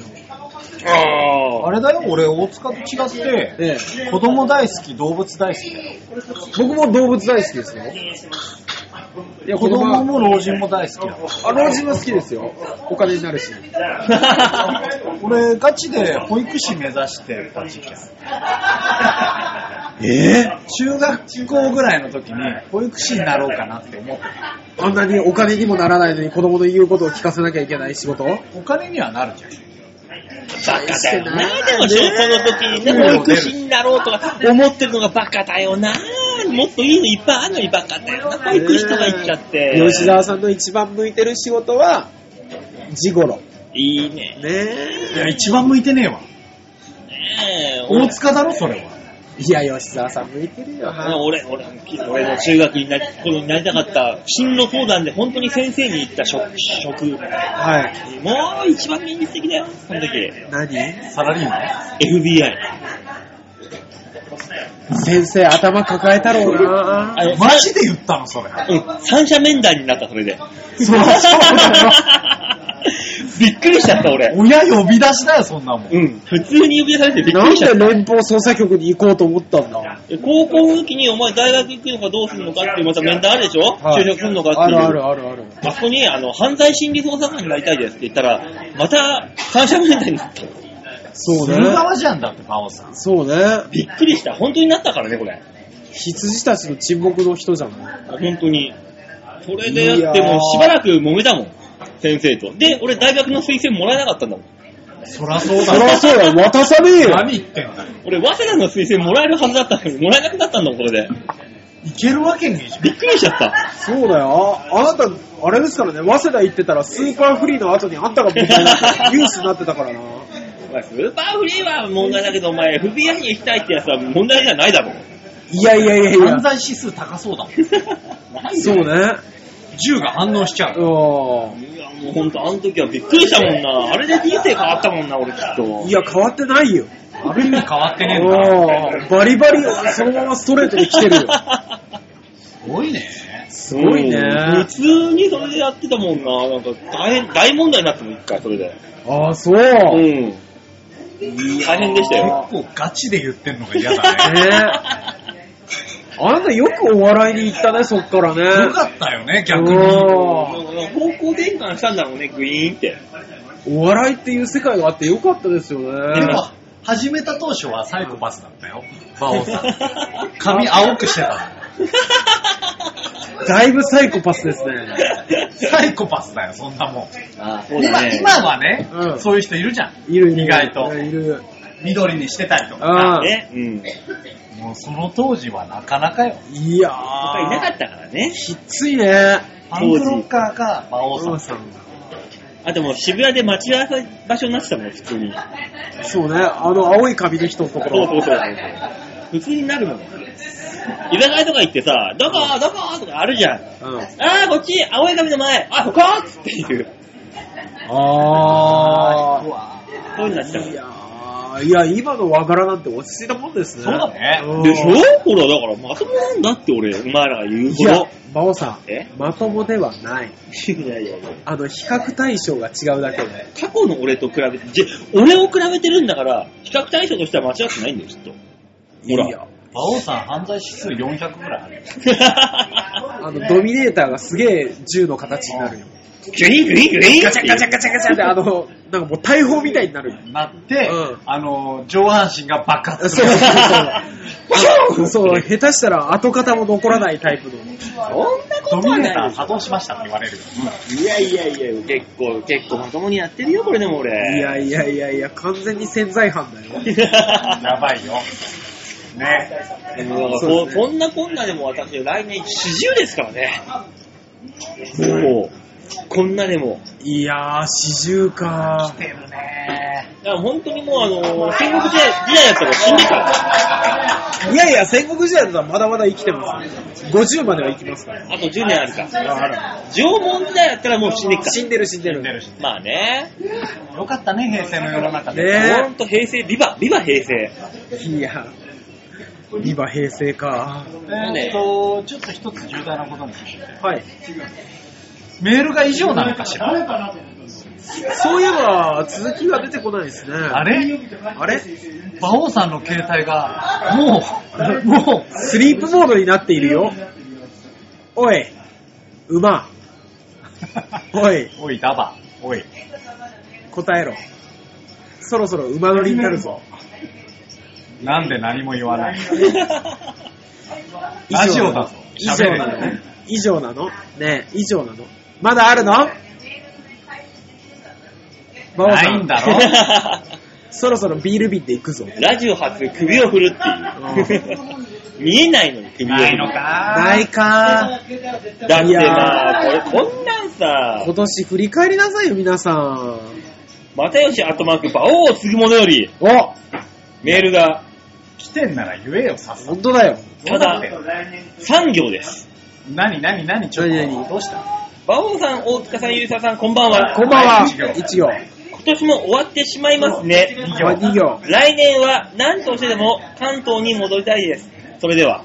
Speaker 2: あ
Speaker 4: あれだよ、俺、大塚と違って、
Speaker 3: ええ。
Speaker 4: 子供大好き、動物大好きだよ。
Speaker 3: 僕も動物大好きですよ。いや、子
Speaker 4: 子
Speaker 3: 供
Speaker 4: 供
Speaker 3: は、
Speaker 4: も老人も大好きだよ。
Speaker 3: あ、老人も好きですよ。お金になるし。
Speaker 2: あ。
Speaker 4: 俺、ガチで保育士目指してた時期ある。
Speaker 3: ええ
Speaker 4: 中学校ぐらいの時に、保育士になろうかなって思ってた。
Speaker 3: あんなにお金にもならないのに子供の言うことを聞かせなきゃいけない仕事
Speaker 4: お金にはなるじゃん。
Speaker 2: バカだよな。でも、その時にね、保育士になろうとか思ってるのがバカだよな。もっといいのいっぱいあるのにバカだよな。保育士とか行っちゃって。
Speaker 3: 吉沢さんの一番向いてる仕事は、ジゴロ。
Speaker 2: いいね。
Speaker 3: ねえ。
Speaker 4: いや、一番向いてねえわ。
Speaker 2: ねえ
Speaker 4: 大塚だろ、それは。
Speaker 3: いや、吉沢さん向いてるよな。
Speaker 2: 俺、俺、俺の中学になり、頃になりたかった、進路相談で本当に先生に行った職、職。
Speaker 3: はい。
Speaker 2: もう一番現実的だよ、その時。
Speaker 3: 何
Speaker 4: サラリーマ
Speaker 2: FBI。
Speaker 3: 先生頭抱えたろうな。
Speaker 2: あの
Speaker 4: ンマジで言ったの、それ。
Speaker 2: うん、三者面談になった、それで。
Speaker 4: そう
Speaker 2: びっくりしちゃった、俺。
Speaker 4: 親呼び出しだよ、そんなもん。
Speaker 2: うん、普通に呼び出されてびっく
Speaker 3: なん
Speaker 2: りしちゃ
Speaker 3: で
Speaker 2: った。
Speaker 3: 連邦捜査局に行こうと思ったんだ
Speaker 2: 高校の時にお前大学行くのかどうするのかっていうまた面談あるでしょ、
Speaker 3: はい
Speaker 2: 就職するのかっていう。
Speaker 3: あるあるあるある。
Speaker 2: あそこに、あの、犯罪心理捜査官になりたいですって言ったら、また三者面談になった。
Speaker 3: そう
Speaker 4: する
Speaker 3: ね。
Speaker 4: 側じゃんだって、パオさん。
Speaker 3: そうね。
Speaker 2: びっくりした。本当になったからね、これ。
Speaker 3: 羊たちの沈黙の人じゃない。
Speaker 2: 本当に。それでやってもうしばらく揉めたもん。先生と。で、俺大学の推薦もらえなかったんだもん。
Speaker 4: そらそう
Speaker 3: そ
Speaker 4: だろ
Speaker 3: りゃそうだ、渡さねえよ。
Speaker 4: 何言ってんだよ
Speaker 2: 俺、早稲田の推薦もらえるはずだったのに、もらえなくなったんだもん、これで。
Speaker 4: いけるわけねえじゃん。
Speaker 2: びっくりしちゃった。
Speaker 3: そうだよ。ああなた、あれですからね、早稲田行ってたらスーパーフリーの後にあんたがみたいなニュースになってたからな。
Speaker 2: お前、スーパーフリーは問題だけど、お前、FBI に行きたいってやつは問題じゃないだろ。
Speaker 3: いやいやいやいや
Speaker 4: 犯、罪指数高そうだもん。
Speaker 3: そうね。
Speaker 4: 銃が反応しちゃう。
Speaker 3: う
Speaker 2: いや、もうほんと、あの時はびっくりしたもんな。あれで人生変わったもんな、俺きっと。
Speaker 3: んいや、変わってないよ。
Speaker 4: ある意味変わってねえんだ。
Speaker 3: うんバリバリ、そのままストレートで来てるよ。
Speaker 4: すごいね。
Speaker 2: す
Speaker 3: ごいね
Speaker 2: 普通にそれでやってたもんな。なんか大変、大問題になったの、一回、それで。
Speaker 3: ああ、そう。
Speaker 2: う
Speaker 3: ね
Speaker 2: ん。大変でしたよ。
Speaker 4: 結構ガチで言ってんのが嫌だ ね。
Speaker 3: あんたよくお笑いに行ったね、そっから
Speaker 4: よ
Speaker 3: ね。
Speaker 4: かったよね、逆に。
Speaker 3: う
Speaker 2: なんか方向転換したんだろうね、グイ ーンって。
Speaker 3: んお笑いっていう世界があってよかったですよ
Speaker 4: で
Speaker 3: ね
Speaker 4: も。、始めた当初はサイコパスだったよ。馬王さん。 髪青くしてたの。
Speaker 3: だいぶサイコパスですね。
Speaker 4: サイコパスだよ、そんなもん。
Speaker 2: あそうだ
Speaker 4: 今
Speaker 2: ね。
Speaker 4: 今はね、
Speaker 3: うん
Speaker 4: そういう人いるじゃん。
Speaker 3: いるいる。
Speaker 4: 意外と
Speaker 3: いる。
Speaker 4: 緑にしてたりとか。
Speaker 3: ああ。
Speaker 2: ね、うん。やっ
Speaker 4: もうその当時はなかなかよ。
Speaker 3: いや
Speaker 2: ぱりいなか
Speaker 3: ー。
Speaker 2: ったからね。
Speaker 3: きついね。
Speaker 4: パンクロッカーか馬王さん。
Speaker 2: あともう渋谷で待ち合わせ場所になってたもん、普通に。
Speaker 3: そうね、あの青い髪の人のとこ
Speaker 2: そうそう
Speaker 3: ろ。
Speaker 2: そう。普通になるもん。居酒屋とか行ってさ、どこどことかあるじゃん。
Speaker 3: うん
Speaker 2: あー、こっち、青い髪の前、あ、ここっつっていう。
Speaker 3: あー。
Speaker 2: そうになっちゃう。
Speaker 3: い
Speaker 2: でし
Speaker 3: やーいや、今の和柄なんて落ち着いたもんですね。
Speaker 4: そうだね
Speaker 3: うん
Speaker 2: ょほら、だから、まともなんだって俺、お前らが言う
Speaker 3: い
Speaker 2: ほ
Speaker 3: や
Speaker 2: ど。、
Speaker 3: 馬王さ
Speaker 2: え
Speaker 3: ん、まともではない。
Speaker 2: いやいやいや。
Speaker 3: あの、比較対象が違うだけで。
Speaker 2: 過去の俺と比べて、じ俺を比べてるんだから、比較対象としては間違ってないんだよ、きっと。ほ
Speaker 3: いや
Speaker 2: ら。
Speaker 4: 馬王さん犯罪指数400ぐらいあるよ。
Speaker 3: あの、ドミネーターがすげえ銃の形になるよ。
Speaker 2: グイングイングインガチャガチャガチャ
Speaker 3: ガチャって、あの、なんかもう大砲みたいになるよ。
Speaker 4: なって、
Speaker 3: うん
Speaker 4: あの、上半身が爆
Speaker 3: そう
Speaker 4: 発す
Speaker 3: そう
Speaker 4: る。
Speaker 3: そう。そう、下手したら跡形も残らないタイプの。
Speaker 4: ドミネーター作動しましたって言われるよ。
Speaker 2: いやいやいや、結構、 結構まともにやってるよ、これでも俺。
Speaker 3: いやいやいやいや、完全に潜在犯だよ。
Speaker 4: やばいよ。ね。
Speaker 2: でもなんかこうこんなこんなでも私、来年40ですからね。もう、こんなでも。
Speaker 3: いやー、四十か。
Speaker 2: だから本当にもうあのー、戦国時代時代だったら死んでた
Speaker 3: いやいや、戦国時代だとまだまだ生きてます。50までは生きますから。
Speaker 2: あと10年あるか。縄文時代だったらもう死んでっか。
Speaker 3: 死んでる死んで
Speaker 4: 出
Speaker 3: る。
Speaker 4: るし
Speaker 2: まあね。
Speaker 4: よかったね、平成の世の中で。
Speaker 3: ねえ
Speaker 2: ほんと平成、ビバ、ビバ平成。
Speaker 3: いや、今平成か。
Speaker 4: えーっと、ちょっと一つ重大なことについて。
Speaker 3: はい。
Speaker 4: メールが以上なのかしら
Speaker 3: そういえば、続きが出てこないですね。
Speaker 4: あ
Speaker 3: あ
Speaker 4: れ
Speaker 3: れ
Speaker 4: 馬王さんの携帯が、もう、もう、
Speaker 3: スリープモードになっているよ。おい、馬、おい、
Speaker 4: おい、ダバ、おい。
Speaker 3: 答えろ。そろそろ馬乗りになるぞ。
Speaker 4: なんで何も言わない
Speaker 3: 以上
Speaker 4: ラジオ
Speaker 3: な
Speaker 4: だ
Speaker 3: の
Speaker 4: ぞ
Speaker 3: 以上な
Speaker 4: 喋れ
Speaker 3: の以上なのねえ、以上なのまだあるの馬王さ
Speaker 4: ないんだろ
Speaker 3: そろそろビール瓶で行くぞ。
Speaker 2: ラジオ初、首を振るっていう。見えないのに首を振る。
Speaker 4: か
Speaker 3: ないかー。
Speaker 2: だってまあ、これこんなんさ
Speaker 3: 今、年振り返りなさいよ、皆さん。
Speaker 2: 又吉後マーク、馬王を継ぐ者より、
Speaker 3: お
Speaker 2: メールが、
Speaker 4: 来てんなら言えよ、さす
Speaker 3: 本当だよ。
Speaker 2: ただ、3行です。
Speaker 4: 何、何、何、ちょっ
Speaker 3: 何何
Speaker 4: と、どうした
Speaker 2: 馬王さん、大塚さん、ゆうささん、こんばんは。
Speaker 3: こんばんは。
Speaker 4: 一行
Speaker 3: 一行。
Speaker 2: 今年も終わってしまいますね。
Speaker 3: 二行。二行。
Speaker 2: 来年は何としてでも関東に戻りたいです。それでは。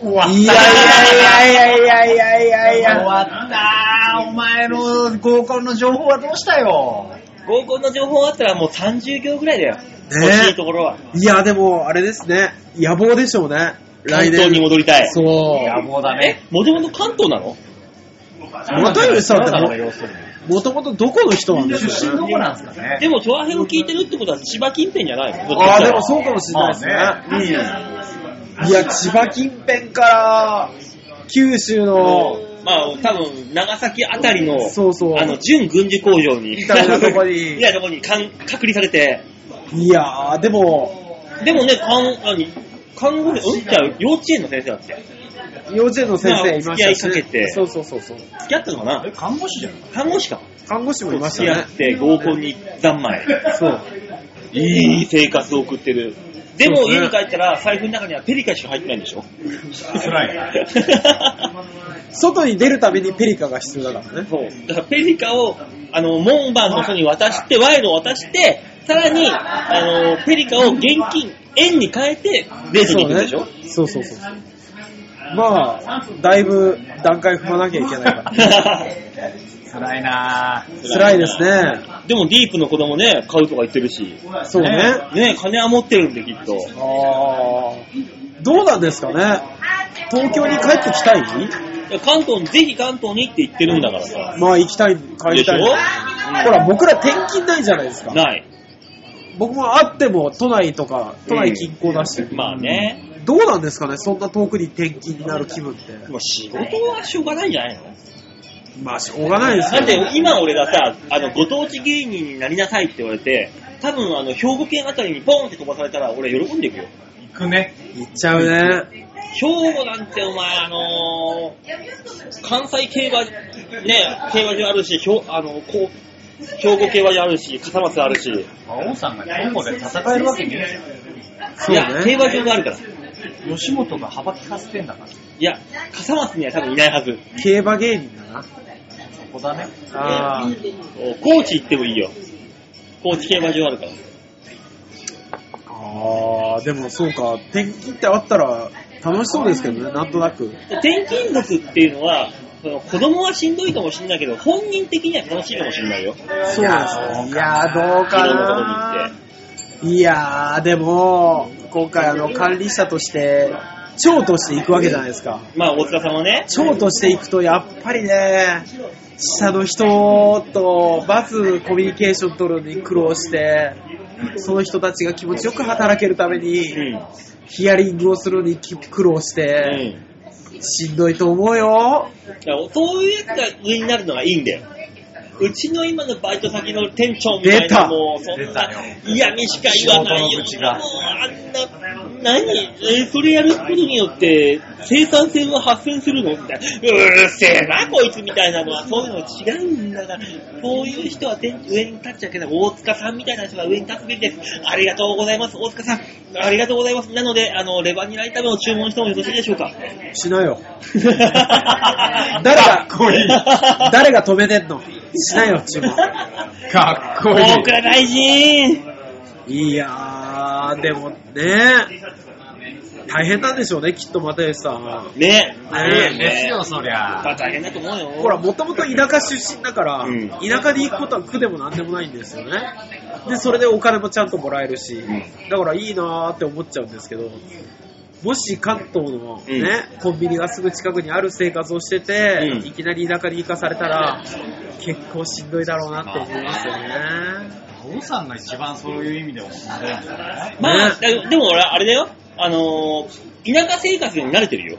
Speaker 4: 終わった
Speaker 3: いやいやいやいやいやいやい
Speaker 4: 終
Speaker 3: や。
Speaker 4: わったお前の合コンの情報はどうしたよ
Speaker 2: 合コンの情報あったらもう30行ぐらいだよ。欲しいところは。
Speaker 3: いや、でも、あれですね。野望でしょうね。
Speaker 2: 関
Speaker 3: 来
Speaker 2: 東に
Speaker 3: 年。
Speaker 2: 戻りたい。
Speaker 3: そ
Speaker 4: 野望だね。
Speaker 2: もともと関東なの
Speaker 3: う。またよりさんっても、
Speaker 4: 要するに
Speaker 3: もともとどこの人なんで
Speaker 4: 出
Speaker 3: す
Speaker 4: 身
Speaker 3: か
Speaker 4: どこなんですかね
Speaker 2: でも、調和編を聞いてるってことは千葉近辺じゃないの
Speaker 3: ああ、でもそうかもしれないですね。
Speaker 4: まあね
Speaker 3: うんいや、千葉近辺から、九州の、
Speaker 2: まあ、多分、長崎あたりの、
Speaker 3: そうそう
Speaker 2: あの、準軍事工場に、
Speaker 3: みたいなとこに
Speaker 2: みたいなとこにかん隔離されて、
Speaker 3: いやー、でも、
Speaker 2: でもね、看何看護師、うんじゃあ幼稚園の先生だって。
Speaker 3: 幼稚園の先生いましたし、
Speaker 2: まあお付き合いかけて
Speaker 3: そうそうそうそう。
Speaker 2: 付き合ったのかな
Speaker 4: え、看護師じゃん。
Speaker 2: 看護師か。
Speaker 3: 看護師もいまし
Speaker 2: 付き
Speaker 3: たね
Speaker 2: 合っ。て合コンに三昧。
Speaker 3: そう。
Speaker 2: いい生活を送ってる。でも家に帰ったら財布の中にはペリカしか入ってないんでしょ。
Speaker 4: 辛 い。
Speaker 3: 外に出るためにペリカが必要だからね。
Speaker 2: そう。だからペリカを、あの、門番の人に渡して、賄賂を渡して、さらに、あの、ペリカを現金、円に変えて、レースに行くんでしょ、
Speaker 3: そうそうそう。まあ、だいぶ段階踏まなきゃいけないから。
Speaker 4: 辛いなぁ。
Speaker 3: 辛いですね。
Speaker 2: でもディープの子供ね、買うとか言ってるし。
Speaker 3: そうね。
Speaker 2: ね金は持ってるんできっと。
Speaker 3: あーどうなんですかね東京に帰ってきたい
Speaker 2: いや関東に、ぜひ関東にって言ってるんだからさ。
Speaker 3: まあ行きたい、帰
Speaker 2: で
Speaker 3: り
Speaker 2: した
Speaker 3: い。
Speaker 2: ょ
Speaker 3: ほら、僕ら転勤ないじゃないですか。
Speaker 2: ない。
Speaker 3: 僕もあっても都内とか、都内近郊だし。
Speaker 2: まあね。
Speaker 3: どうなんですかねそんな遠くに転勤になる気分って。
Speaker 2: もう仕事はしょうがないんじゃないの
Speaker 3: まあしょうがないです
Speaker 2: だ
Speaker 3: よ
Speaker 2: っ。て今俺がさ、あの、ご当地芸人になりなさいって言われて、多分あの、兵庫県あたりにポンって飛ばされたら俺喜んでいくよ。
Speaker 4: 行くね。
Speaker 3: 行っちゃうね。
Speaker 2: 兵庫なんてお前あのー関西競馬、ね、競馬場あるし、兵あの、こう、兵庫競馬場あるし、笠松あるし、
Speaker 4: 馬王さんが兵庫で戦えるわけね
Speaker 3: そ
Speaker 2: いうや、競
Speaker 3: ね。
Speaker 2: 馬場があるから。
Speaker 4: え。吉本が幅利かせてんだから。
Speaker 2: いや、笠松には多分いないはず。
Speaker 3: 競馬芸人だな。
Speaker 4: そこだね。
Speaker 3: あー
Speaker 2: お高知行ってもいいよ。高知競馬場あるから。
Speaker 3: あー、でもそうか。転勤ってあったら楽しそうですけどね、なんとなく。
Speaker 2: 転勤族っていうのは、その子供はしんどいかもしれないけど、本人的には楽しいかもしれないよ。
Speaker 3: そうなんですね。いやー、どう
Speaker 2: い
Speaker 3: か
Speaker 2: ろんなとこに
Speaker 3: な
Speaker 2: 行って。
Speaker 3: いやー、でも、今回あの、管理者として、長として行くわけじゃないですか。
Speaker 2: まあ、大塚さんはね、
Speaker 3: 長として行くと、やっぱりね、下の人と、まずコミュニケーション取るのに苦労して、その人たちが気持ちよく働けるため
Speaker 2: う
Speaker 3: に、
Speaker 2: ん。
Speaker 3: ヒアリングをするのに苦労し
Speaker 2: う
Speaker 3: て、
Speaker 2: ん。
Speaker 3: しんどいと思うよ。
Speaker 2: だからそういうやつが上になるのがいいんだよ。うちの今のバイト先の店長みたい
Speaker 3: 出た
Speaker 2: な、もう、そん
Speaker 4: 出
Speaker 2: な
Speaker 4: たよ
Speaker 2: 嫌味しか言わないよ
Speaker 4: 仕
Speaker 2: う
Speaker 4: 事の
Speaker 2: な、
Speaker 4: 口が
Speaker 2: もうあんな、何えーそれやることによって、生産性は発生するのみたいな。うるせえな、こいつみたいなのは、そういうの違うんだから、そういう人は天上に立っちゃいけない。大塚さんみたいな人が上に立つべきです。ありがとうございます、大塚さん。ありがとうございます。なので、あの、レバニラ炒めを注文してもよろしいでしょうか。
Speaker 3: しなよ。
Speaker 2: 誰
Speaker 3: 誰が、
Speaker 2: か
Speaker 3: 誰が止めてんのしなよ、注文。
Speaker 4: かっこいい。
Speaker 2: 大倉大臣
Speaker 3: いやー、でもね、大変なんでしょうね、きっと又吉さんは。
Speaker 2: ね
Speaker 3: 大変
Speaker 4: ですよ、
Speaker 2: ね
Speaker 4: そりゃ。
Speaker 2: まあ大変だと思うよ。
Speaker 3: ほら、もともと田舎出身だから、
Speaker 2: うん
Speaker 3: 田舎に行くことは苦でもなんでもないんですよね。で、それでお金もちゃんともらえるし、
Speaker 2: ん
Speaker 3: だからいいなーって思っちゃうんですけど、もし関東の
Speaker 2: うん
Speaker 3: ね、コンビニがすぐ近くにある生活をしてて、
Speaker 2: うん
Speaker 3: いきなり田舎に行かされたら、結構しんどいだろうなって思いますよね。
Speaker 4: 王さんが一番そういう意味では問題なんじゃない
Speaker 2: まあ、だでも俺、あれだよ。あのー、田舎生活に慣れてるよ。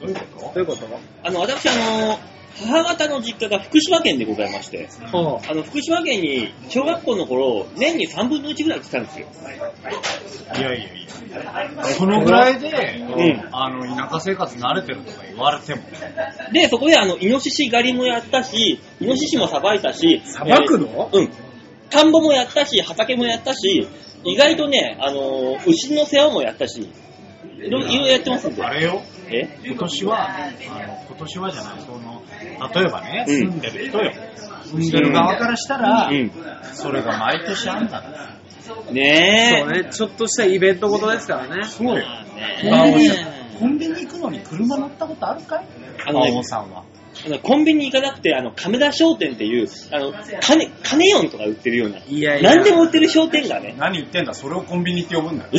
Speaker 4: どういうこと
Speaker 3: どういうこと、
Speaker 2: あの、私、あのー、母方の実家が福島県でございまして、
Speaker 3: ほ
Speaker 2: あの、福島県に小学校の頃、年に3分の1ぐらい来てたんですよ。
Speaker 4: いやいやいや。そのぐらいで、
Speaker 2: ん
Speaker 4: あの、田舎生活慣れてるとか言われても。
Speaker 2: で、そこで、あの、イノシシ狩りもやったし、イノシシもさばいたし、
Speaker 3: う。裁くの、
Speaker 2: うん。田んぼもやったし、畑もやったし、意外とね、あのー牛の世話もやったし、いろいろいろやってますんで
Speaker 4: あ。れよ。
Speaker 2: え
Speaker 4: 今年は、あの今年はじゃない、その、例えばね、
Speaker 2: うん
Speaker 4: 住んでる人よ。住んでる側からしたら、
Speaker 2: う
Speaker 4: それが毎年あんだから。
Speaker 2: ん。ねえ。
Speaker 3: そうね、ちょっとしたイベントごとですからね。
Speaker 4: そうよ。
Speaker 2: あ
Speaker 4: コンビニ
Speaker 2: ね
Speaker 4: コンビニ行くのに車乗ったことあるかい
Speaker 2: あのね
Speaker 4: 馬王さんは。
Speaker 2: あのコンビニ行かなくて、あの、亀田商店っていう、あの、金、金四とか売ってるような。
Speaker 3: いやいや
Speaker 2: 何でも売ってる商店がね。
Speaker 4: 何言ってんだ、それをコンビニって呼ぶんだよ。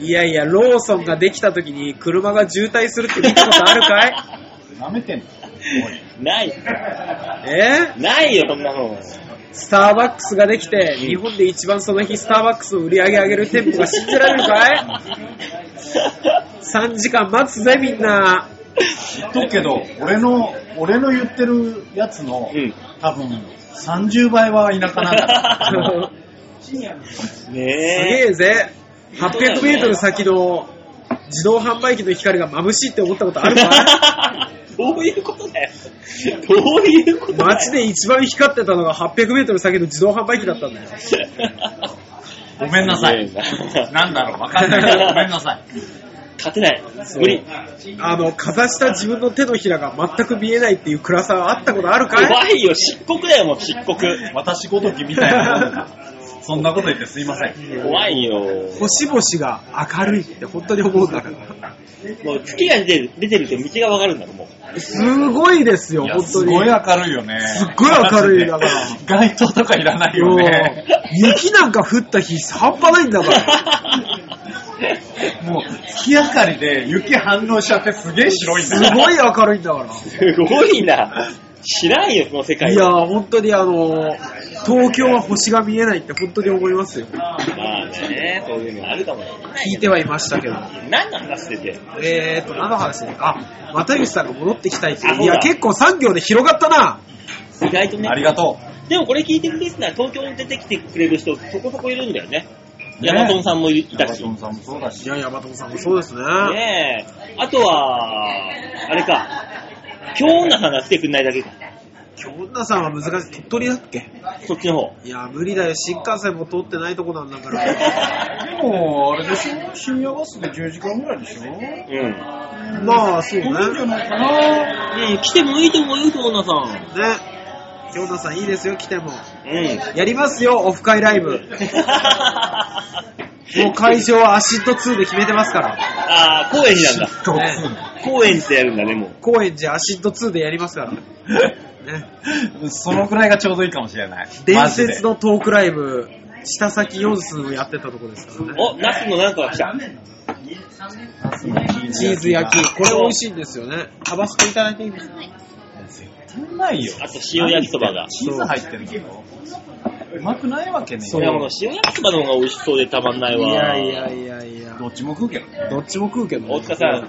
Speaker 3: いやいや、ローソンができた時に車が渋滞するって見たことあるかい
Speaker 4: 舐めてんだよ。おい
Speaker 2: ない。
Speaker 3: え
Speaker 2: ないよ、そんなの。
Speaker 3: スターバックスができて、日本で一番その日スターバックスの売り上げ上げる店舗が信じられる かい ?3 時間待つぜ、みんな。
Speaker 4: 言っとくけど、俺の、俺の言ってるやつの、
Speaker 2: うん
Speaker 4: 多分、30倍は田舎なんだから。
Speaker 3: す
Speaker 2: ねえ。
Speaker 3: げえぜ。800メートル先の自動販売機の光が眩しいって思ったことあるか
Speaker 2: どういうことだよ。どういうこと
Speaker 3: い
Speaker 2: だよ。
Speaker 3: 街で一番光ってたのが800メートル先の自動販売機だったんだよ。
Speaker 4: ごめんなさい。
Speaker 2: 勝
Speaker 4: なんだろう、わかんないけど。ごめんなさい。
Speaker 2: てない。無理。
Speaker 3: あの、かざした自分の手のひらが全く見えないっていう暗さはあったことあるかい
Speaker 2: 怖いよ、漆黒だよ、もう漆黒。
Speaker 4: 私ごときみたいなもんだ。そんなこと言ってすいません。
Speaker 2: 怖いよ。
Speaker 3: 星々が明るいって本当に思うんだから。
Speaker 2: もう月が出てる、出てると道がわかるんだろ、もう。
Speaker 3: すごいですよ、
Speaker 4: い
Speaker 3: 本
Speaker 4: や
Speaker 3: 当に。
Speaker 4: すごい明るいよね。
Speaker 3: すっごい明るいだから
Speaker 4: 街灯とかいらないよね。
Speaker 3: うん雪なんか降った日、半端ないんだから。
Speaker 4: もう月明かりで雪反応しちゃってすげえ白いん
Speaker 3: す
Speaker 4: だよ。
Speaker 3: ごい明るいんだから。
Speaker 2: すごいな。知らんよ、この世界。
Speaker 3: いやー、本当にあのー、東京は星が見えないって本当に思いますよ。
Speaker 2: まあね、そういうのがあるかもね。
Speaker 3: 聞いてはいましたけど。
Speaker 2: 何の話してて。
Speaker 3: えーと、何の話あ、又吉さんが戻ってきたいって
Speaker 2: あ。
Speaker 3: い
Speaker 2: そう
Speaker 3: や、
Speaker 2: だ
Speaker 3: 結構産業で広がったな。
Speaker 2: 意外とね
Speaker 4: あ。りがと
Speaker 2: でもこれ聞いてるリスナー、東京に出てきてくれる人、そこそこいるんだよね。山本さんもいたし。
Speaker 4: う。さんもそうだし。
Speaker 3: いや、山友さんもそうですね。
Speaker 2: ねえ。あとは、あれか。京女さんが来てくんないだけか。
Speaker 3: 京女さんは難しい。鳥取だっけ
Speaker 2: そっちの方。
Speaker 3: いや、無理だよ。新幹線も通ってないとこなんだから。
Speaker 4: でも、あれでしょ深夜バスで10時間ぐらいでしょそう
Speaker 2: うん。
Speaker 3: まあ、そうね。
Speaker 4: なんじゃないかな。
Speaker 2: ねえ、来てもいいと思うよ、京女さん。
Speaker 3: ね。京女さんいいですよ、来ても。
Speaker 2: うん。
Speaker 3: やりますよ、オフ会ライブ。もう会場はアシッド2で決めてますから。
Speaker 2: ああ、高円寺なんだ。
Speaker 4: どう
Speaker 3: ね
Speaker 2: 高円寺でやるんだね、もう。
Speaker 3: 高円寺アシッド2でやりますから。ね。
Speaker 4: そのくらいがちょうどいいかもしれない。
Speaker 3: 伝説のトークライブ、下崎四寸をやってたとこですからね。
Speaker 2: お、ナスのなんかが来た。
Speaker 3: チーズ焼き。これ美味しいんですよね。タバスコいただいていいですか
Speaker 4: 絶対ないよ。
Speaker 2: あと塩焼きそばが
Speaker 4: チーズ入ってるんだろ。うまくないわけねえ
Speaker 2: いや、も
Speaker 4: よ。
Speaker 2: う塩焼きそばの方が美味しそうでたまんないわ。
Speaker 3: いやいやいやいや。
Speaker 4: どっちも食うけどね。
Speaker 3: どっちも食うけど、
Speaker 2: 大塚さん、
Speaker 3: は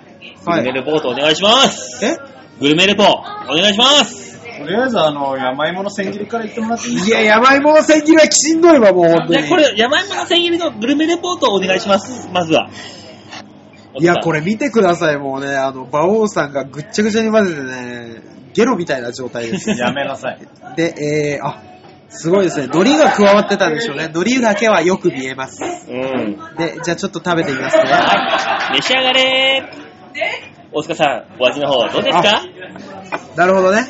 Speaker 2: グルメ
Speaker 3: い。
Speaker 2: レポートお願いします。
Speaker 3: え
Speaker 2: グルメレポ、お願いします。
Speaker 4: とりあえず、あの、山芋の千切りから言ってもらっていい
Speaker 3: いや、山芋の千切りはきしんどいわ、もう本当
Speaker 2: じゃ
Speaker 3: に
Speaker 2: あ。これ、山芋の千切りのグルメレポートをお願いします。まずは。
Speaker 3: いや、こ
Speaker 2: れ。
Speaker 3: れ見てください、もうね、あの、馬王さんがぐっちゃぐちゃに混ぜてね、ゲロみたいな状態です。
Speaker 4: やめなさい。
Speaker 3: で、えー、あ、すごいですね、海苔が加わってたんでしょうね。海苔だけはよく見えます。
Speaker 2: うん。
Speaker 3: で、じゃあちょっと食べてみますね。
Speaker 2: はい。召し上がれ大塚さん、お味の方どうですか
Speaker 3: なるほどね。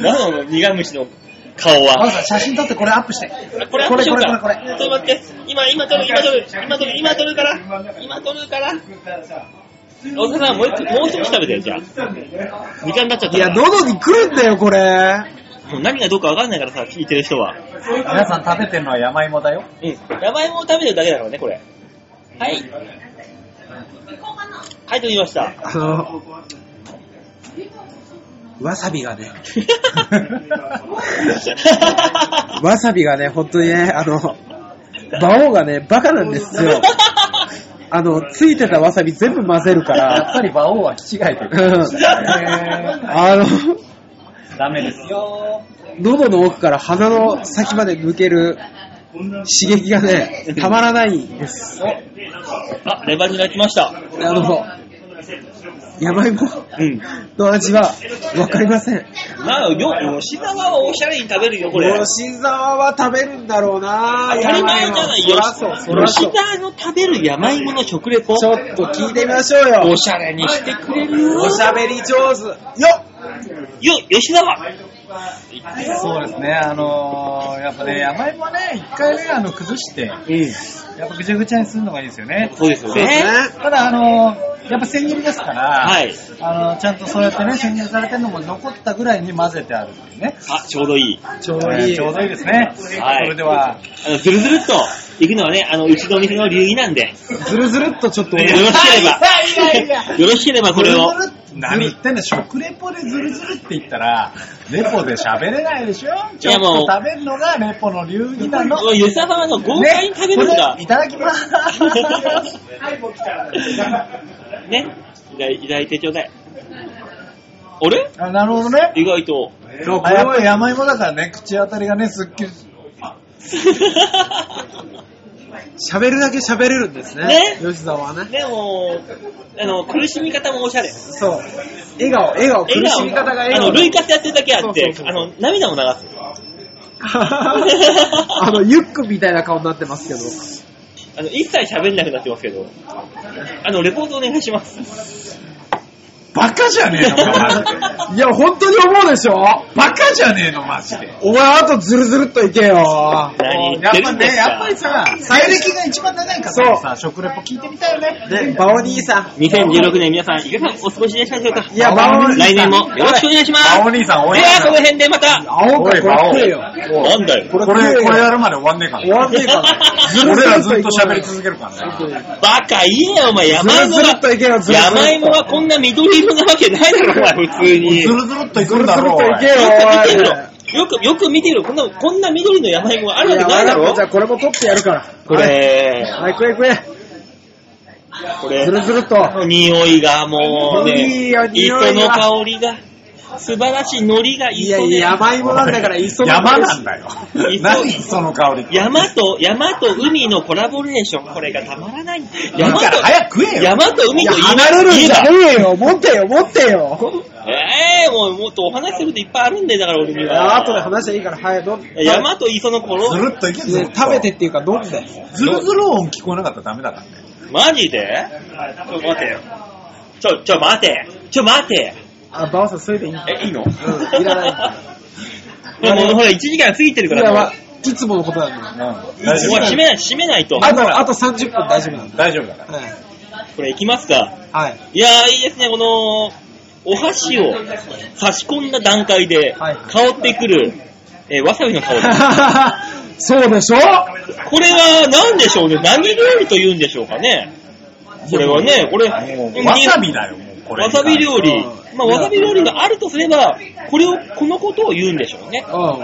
Speaker 2: 何なの、苦虫の顔は。
Speaker 8: さん写真撮ってこれアップして。
Speaker 2: これアッ
Speaker 8: こ
Speaker 2: プ
Speaker 8: れ
Speaker 2: しようか。
Speaker 8: これこれ
Speaker 2: ちょっと待って。今、今撮る、今撮る、今撮る、今撮るから。今撮るから。大塚さん、もう一個、もう一口食べてよ、じゃあ。時間になっちゃっ
Speaker 3: い
Speaker 2: たから。
Speaker 3: や、喉に来るんだよ、これ。
Speaker 2: もう何がどうかわかんないからさ、聞いてる人は。
Speaker 4: 皆さん食べてるのは山芋だよ。
Speaker 2: うん。山芋を食べてるだけだからね、これ。はい。はい、と言い ました。
Speaker 3: あの、わさびが ね、わさびがね、本当にね、あの、馬王がね、バカなんですよ。あの、ついてたわさび全部混ぜるか
Speaker 4: やっ
Speaker 3: ら、
Speaker 4: ぱり馬王は気違いとい
Speaker 3: う
Speaker 4: うか
Speaker 3: んあの、
Speaker 4: ダメですよ。
Speaker 3: 喉の奥から鼻の先まで抜ける刺激がね、たまらないんです。
Speaker 2: あ、レバニラ来ました。
Speaker 3: あの、山芋
Speaker 2: うん。
Speaker 3: の味はわかりません。
Speaker 2: まあ、よ、吉沢はおしゃれに食べるよ、これ。
Speaker 3: 吉沢は食べるんだろうな
Speaker 2: 当たり前じゃないよ
Speaker 3: 山。芋そらそう、そ
Speaker 2: 吉沢の食べる山芋の食レポ。
Speaker 3: らそう。ちょっと聞いてみましょうよ。
Speaker 2: おしゃれにしてくれるよ。
Speaker 3: おしゃべり上手。よっ
Speaker 2: よ、吉沢。
Speaker 4: そうですね、あのー、やっぱね、山芋はね、一回ね、あの、崩して、や
Speaker 2: うん。
Speaker 4: っぱぐちゃぐちゃにするのがいいですよね。
Speaker 2: そうですよ
Speaker 3: そうですね
Speaker 2: ね。
Speaker 4: ただ、あのー、やっぱ千切りですから、
Speaker 2: はい。
Speaker 4: あの、ちゃんとそうやってね、千切りされてるのも残ったぐらいに混ぜてあるんでね。
Speaker 2: あ、ちょうどいい。
Speaker 3: ちょう
Speaker 4: え
Speaker 3: どい
Speaker 4: ー
Speaker 3: い。
Speaker 4: ちょうどいいですね。
Speaker 2: はい
Speaker 4: それで は、
Speaker 2: あの、ずるずるっと行くのはね、あの、うちのお店の流儀なんで、よ
Speaker 3: ずるずるっとちょっと
Speaker 2: ろ
Speaker 3: 俺
Speaker 2: しければ、よろしければこれを。
Speaker 4: ずるずる何言ってんだ、食レポでズルズルって言ったら、レポで喋れないでしょちょっ
Speaker 2: もう
Speaker 4: と食べるのがレポの流儀なの。
Speaker 2: 吉沢はの豪快に食べるんだ
Speaker 4: ね。いただきま す。
Speaker 2: ね。いただいいただいてちょうだい。あれ
Speaker 4: あなるほどね。
Speaker 2: 意外と。
Speaker 4: あやっぱり山芋だからね、口当たりがね、すっきり。
Speaker 3: 喋るだけ喋れるんですね。
Speaker 2: ね
Speaker 3: 吉沢はね。
Speaker 2: でも、あの、苦しみ方もおしゃれ。
Speaker 3: そう。笑顔、笑顔、苦しみ方が笑
Speaker 2: あの、
Speaker 3: 顔。
Speaker 2: 類活やってるだけあっ
Speaker 3: そう
Speaker 2: て
Speaker 3: そう、そう
Speaker 2: あの、涙も流す。
Speaker 3: あの、ユックみたいな顔になってますけど。
Speaker 2: あの、一切喋んなくなってますけど。あの、レポートお願いします。
Speaker 4: バカじゃねえのか、マジで。
Speaker 3: いや、本当に思うでしょ
Speaker 4: バカじゃねえの、マジで。
Speaker 3: お前、あとズルズルっといけよ。
Speaker 2: 何言
Speaker 4: や
Speaker 2: っ
Speaker 4: ってぱ
Speaker 2: るんで
Speaker 4: ね、
Speaker 2: す
Speaker 4: やっ
Speaker 2: か
Speaker 4: ぱりさ、最歴が一番長いからさ、食レポ聞いてみたいよね。
Speaker 3: ね、バオ兄さん。
Speaker 2: 2016年皆さん、いかがお過ごしでしたでしょうか
Speaker 3: いや、バオ兄さん。
Speaker 2: 来年もよろしくお願いします。
Speaker 4: バオ兄さん、おい
Speaker 2: では、この辺でまた。
Speaker 3: 青
Speaker 4: お
Speaker 3: か
Speaker 4: い、
Speaker 3: これ
Speaker 4: バオ。
Speaker 3: 食えよ。
Speaker 4: こ
Speaker 2: んだよ。
Speaker 3: これ食
Speaker 4: れ、
Speaker 3: えよ
Speaker 4: これやるまで終わんねえか
Speaker 3: 終わ
Speaker 4: ら
Speaker 3: んねえか
Speaker 4: ず
Speaker 3: ら。
Speaker 4: るずるずっと喋り続けるからね。
Speaker 2: バカいいな、お前。山芋
Speaker 3: ずるずるっといけよず
Speaker 2: が、
Speaker 3: るずるっと
Speaker 2: 山芋はこんな緑色なわけないだろ、お前、普通に。
Speaker 4: ず
Speaker 2: よ
Speaker 4: るずるっといくんだろ、
Speaker 3: ずるずるっ
Speaker 4: お
Speaker 3: といけ
Speaker 4: い
Speaker 3: よ、
Speaker 2: く見てみ
Speaker 3: おい。
Speaker 2: ろ。よく、よく見てみろ。こんな、こんな緑の山芋あるわけないだろ
Speaker 3: じゃあこれも取ってやるから。
Speaker 2: これ、
Speaker 3: はい、食え食え。
Speaker 2: これ
Speaker 3: ず、るずるっと。
Speaker 2: 匂いがもう
Speaker 3: い
Speaker 2: ね
Speaker 3: いよ、匂い
Speaker 2: 糸
Speaker 3: が
Speaker 2: の香りが、素晴らしい海苔が
Speaker 3: い
Speaker 2: 糸
Speaker 3: や
Speaker 2: で
Speaker 3: いや、山芋なんだから、いっその
Speaker 4: 山なんだよ
Speaker 2: い。そう
Speaker 4: 何、その香りって。
Speaker 2: 山と、山と海のコラボレーション、これがたまらない。
Speaker 4: だ
Speaker 2: 山
Speaker 4: か
Speaker 2: と
Speaker 4: ら、早く食えよ。
Speaker 2: 山と海
Speaker 3: いや、
Speaker 2: と
Speaker 3: 離れるん
Speaker 2: 家
Speaker 3: じゃ
Speaker 2: だ。
Speaker 3: ねえよ。持ってよ、持ってよ。
Speaker 2: ええもう、もっとお話することいっぱいあるんで、だから俺には。
Speaker 3: あとで話していいから、早く飲んで。
Speaker 2: 山と磯のコ
Speaker 4: ず
Speaker 2: ロ、
Speaker 4: るっといけず
Speaker 3: ね
Speaker 4: る
Speaker 3: 食べてっていうか、飲んで。
Speaker 4: ずるずる音聞こえなかったらダメだからね。
Speaker 2: マジでちょ、待てよ。ちょ、ちょ、待て。ちょ、待て。
Speaker 3: あ、バオさん、それでいい。
Speaker 2: え、いいの。
Speaker 3: うんいらない
Speaker 2: これもうほら、1時間過ぎてる
Speaker 3: い
Speaker 2: か
Speaker 3: や、
Speaker 2: ら、もう
Speaker 3: まいつものことなんだよ。
Speaker 4: うん
Speaker 2: もう
Speaker 4: 大丈夫
Speaker 2: 閉めない、閉めないと。
Speaker 3: あと、あと30分大丈夫なんだ。
Speaker 4: 大丈夫だから。
Speaker 3: はい。
Speaker 2: これ、いきますか。
Speaker 3: はい。
Speaker 2: いやー、いいですね、この、お箸を差し込んだ段階で、
Speaker 3: はい
Speaker 2: 香ってくる、えーわさびの 香り。
Speaker 3: そうでしょ
Speaker 2: これは何でしょうね何料理と言うんでしょうかねこれはね、これ、
Speaker 4: もうわさびだよ、もうこれ。
Speaker 2: わさび料理。まあ、
Speaker 3: いや
Speaker 2: わさび料理があるとすれば、これを、このことを言うんでしょうね。
Speaker 3: う
Speaker 2: ちょっと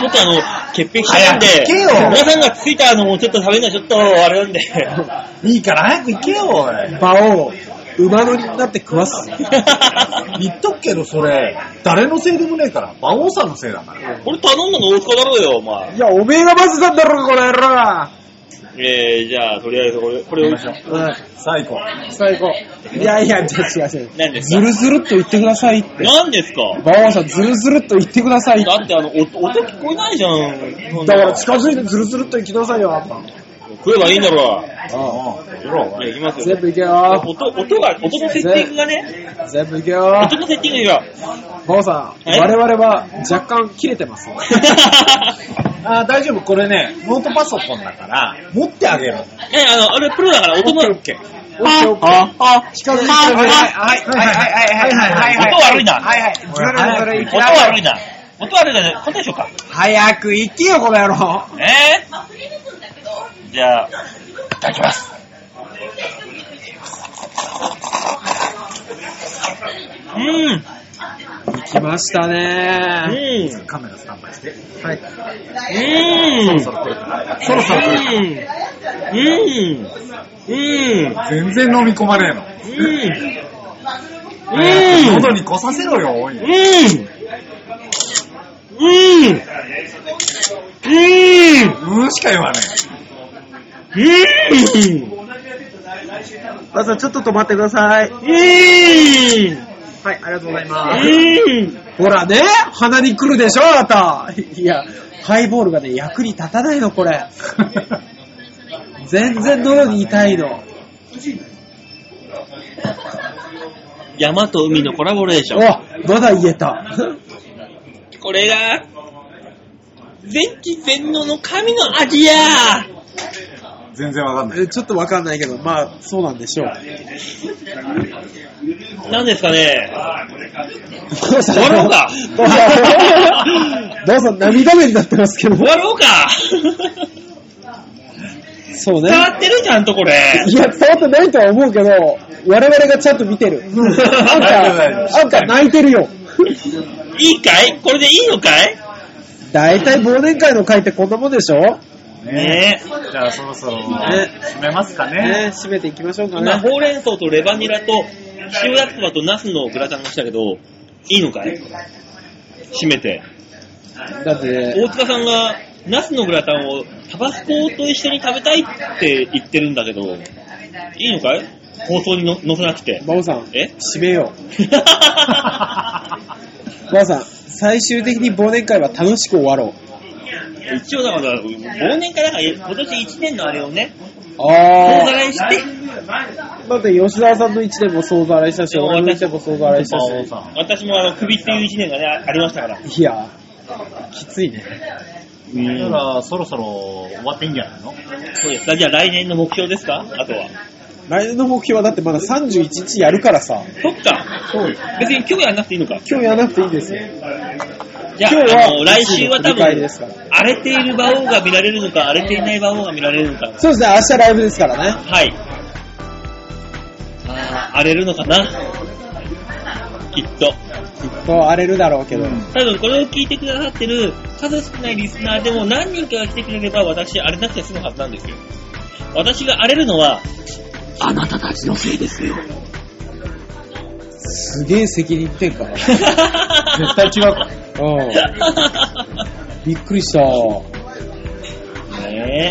Speaker 2: 僕あの、潔癖者なんで
Speaker 4: 早く聞けよ、
Speaker 2: 皆さんがついたのもちょっと食べるのはちょっとあれ なんで。
Speaker 4: いいから早く行けよ、おい
Speaker 3: ん。。馬王、馬乗りになって食わす。
Speaker 4: 言っとくけど、それ、誰のせいでもねえから、馬王さんのせいだから。
Speaker 2: これ頼んだの大塚だろうよ、お前。
Speaker 3: いや、おめえがまずなんだろ、この野郎は。
Speaker 2: えー、じゃあ、とりあえずこれ、これを、
Speaker 3: う
Speaker 4: 最後。
Speaker 3: ん、最高。いやいや、じゃあ違う違う。
Speaker 2: 何です
Speaker 3: ず
Speaker 2: か
Speaker 3: るずるっと言ってくださいって。
Speaker 2: 何ですか
Speaker 3: 馬王さん、ずるずるっと言ってくださいって。
Speaker 2: だってあの、音音聞こえないじゃん。
Speaker 3: だから近づいてずるずるっと行きなさいよ、あんた。
Speaker 2: 食えばいいんだろ。
Speaker 4: うんうんやろう
Speaker 2: じゃあ、いきますよ。
Speaker 3: 全部行けよ。
Speaker 2: 音、音が、音のセッティングがね、
Speaker 3: 全部行けよ。
Speaker 2: 音のセッティングが。
Speaker 3: 馬王さん、
Speaker 2: え
Speaker 3: 我々は若干切れてます。
Speaker 4: あー大丈夫、これね、ノートパソコンだから、持ってあげる。
Speaker 2: え、あの、あれプロだから音の、
Speaker 4: オッケー。
Speaker 3: オッケーオッケー。
Speaker 4: 近づいてはいはいはいはいはい。
Speaker 2: 音悪いな。
Speaker 7: はいはい。ずるずる
Speaker 2: 音悪いな。音悪いな。こんなでしょうか。
Speaker 3: 早く行けよ、この野郎。
Speaker 2: えー、じゃあ、いただきます。うん。
Speaker 3: 来ました
Speaker 2: う
Speaker 3: ね
Speaker 2: ん。
Speaker 4: カメラスタンバイして。
Speaker 3: はい。
Speaker 2: うん。
Speaker 4: そろ来るから
Speaker 2: そろそろうん。うん。
Speaker 4: 全然飲み込まねえの。
Speaker 2: うん。うん
Speaker 4: 喉。に来させろよ、お
Speaker 2: う
Speaker 4: い。
Speaker 2: ん。うん。うん。
Speaker 4: うんしか言わね
Speaker 2: うん。
Speaker 3: 馬王さん、ちょっと止まってください。はい、
Speaker 2: うん。
Speaker 3: ありがとうございま
Speaker 2: うん。
Speaker 3: す。ほらね、鼻に来るでしょ、あなた。いや、ハイボールがね、役に立たないの、これ。全然喉に痛いの。
Speaker 2: 山と海のコラボレーション。
Speaker 3: お、まだ言えた。
Speaker 2: これが、全知全能の神の味や
Speaker 4: えの。全然わかんない。
Speaker 3: えちょっとわかんないけど、まあ、そうなんでしょう。
Speaker 2: なんですかね
Speaker 3: どうし
Speaker 2: 終わろうか
Speaker 3: どうした どうぞ涙目になってますけど。
Speaker 2: 終わろうか
Speaker 3: そうね
Speaker 2: 伝。わってるじゃんとこれ。
Speaker 3: いや、伝わってないとは思うけど、我々がちゃんと見て る。なん
Speaker 4: 大
Speaker 3: か、
Speaker 4: 丈夫大丈夫
Speaker 3: なんか泣いてるよ。
Speaker 2: いいかいこれでいいのかい
Speaker 3: 大体忘年会の会ってこんなもんでしょね、
Speaker 2: ねえ。
Speaker 4: じゃあそろそろ、締めますかね。
Speaker 3: 締めていきましょうか
Speaker 2: 今、
Speaker 3: ね。
Speaker 2: ほうれん草とレバニラと、塩焼きそばとナスのグラタンがしたけど、いいのかい締めて。
Speaker 3: だってね、
Speaker 2: 大塚さんが、ナスのグラタンをタバスコと一緒に食べたいって言ってるんだけど、いいのかい放送にの載せなく て。
Speaker 3: 馬王さん、
Speaker 2: え
Speaker 3: 締めよう。馬王さん、最終的に忘年会は楽しく終わろう。
Speaker 2: 一応だから、忘年会だから、今年1年のあれをね、総
Speaker 3: あ
Speaker 2: ざらいして、
Speaker 3: あ。だって吉沢さんの1年も総ざらいしたし、
Speaker 2: そう
Speaker 3: 俺の1年も総ざらいしたし。
Speaker 2: 私もあの、首っていう1年がね、ありましたから。
Speaker 3: いや、きついね。
Speaker 2: うん
Speaker 4: だから、そろそろ終わっていいんじゃないの
Speaker 2: そうですか。じゃあ来年の目標ですかあとは。
Speaker 3: 来年の目標はだってまだ31日やるからさ、
Speaker 2: そっか。別に今日やらなくていいのか。
Speaker 3: 今日やらなくていいですよ。
Speaker 2: じゃ
Speaker 3: 今日は
Speaker 2: あ、あの、来週は多
Speaker 3: 振り返
Speaker 2: 分、
Speaker 3: りですから
Speaker 2: 荒れている馬王が見られるのか、荒れていない馬王が見られるのか。
Speaker 3: そうですね、明日ライブですからね。
Speaker 2: はい。あー荒れるのかなきっ
Speaker 3: き
Speaker 2: と。
Speaker 3: っと荒れるだろうけど。
Speaker 2: 多分これを聞いてくださってる数少ないリスナーでも何人かが来てくれれば私荒れなくて済むはずなんですよ。私が荒れるのは、あなたたちのせいですよ。
Speaker 3: すげえ責任転嫁だな。
Speaker 4: 絶対違うか。
Speaker 3: うん。びっくりした。
Speaker 2: ね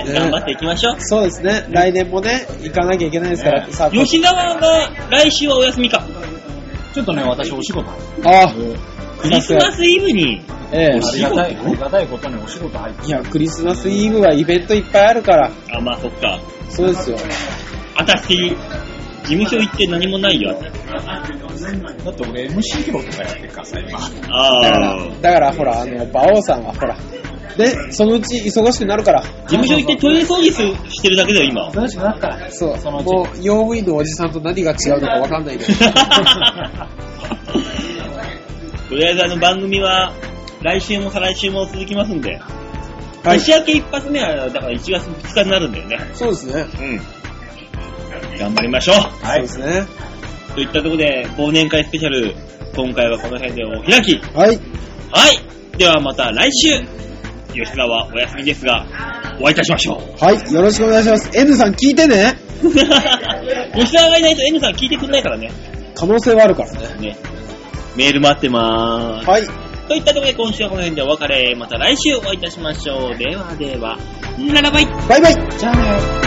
Speaker 2: え、
Speaker 3: ね
Speaker 2: 頑張っていきましょう。
Speaker 3: そうですね、来年もね、行かなきゃいけないですから、さあ、
Speaker 2: 吉沢が来週はお休みか。
Speaker 4: ちょっとね、私お仕事。
Speaker 3: あ、
Speaker 2: クリスマスイブに、
Speaker 3: ええ
Speaker 4: ありがたい、ありがたいことにお仕事入って。
Speaker 3: いや、クリスマスイブはイベントいっぱいあるから、
Speaker 2: あ、まあそっか。
Speaker 3: そうですよ。
Speaker 2: 私、事務所行って何もないよ。
Speaker 4: だって俺 MC 業とかやってるからさ、今。
Speaker 3: だか
Speaker 2: ああ
Speaker 3: ら、。だからほら、あの、馬王さんはほら、ね、そのうち忙しくなるから、
Speaker 2: 事務所行ってトイレ掃除すしてるだけだよ、 今。
Speaker 4: 忙しくなったら。
Speaker 3: そう、
Speaker 4: そのうち
Speaker 3: もう、用務員のおじさんと何が違うのかわかんないけ ど。
Speaker 2: とりあえずあの番組は来週も再来週も続きますんで、
Speaker 3: はい、
Speaker 2: 年明け一発目はだから1月2日になるんだよね。
Speaker 3: そうですね。
Speaker 2: うん。頑張りましょう
Speaker 4: はい
Speaker 3: そうですね。
Speaker 2: といったところで忘年会スペシャル、今回はこの辺でお開き。
Speaker 3: はい、
Speaker 2: はい。ではまた来週、吉沢はお休みですが、お会いいたしましょう。
Speaker 3: はい、よろしくお願いします。N さん聞いてね。
Speaker 2: 吉沢がいないと N さん聞いてくんないからね。
Speaker 3: 可能性はあるからね。
Speaker 2: ね。メール待ってまーす。
Speaker 3: はい、
Speaker 2: といったところで今週はこの辺でお別れ。また来週お会いいたしましょう。ではでは、ならばい
Speaker 3: バイバイ
Speaker 4: じゃあね。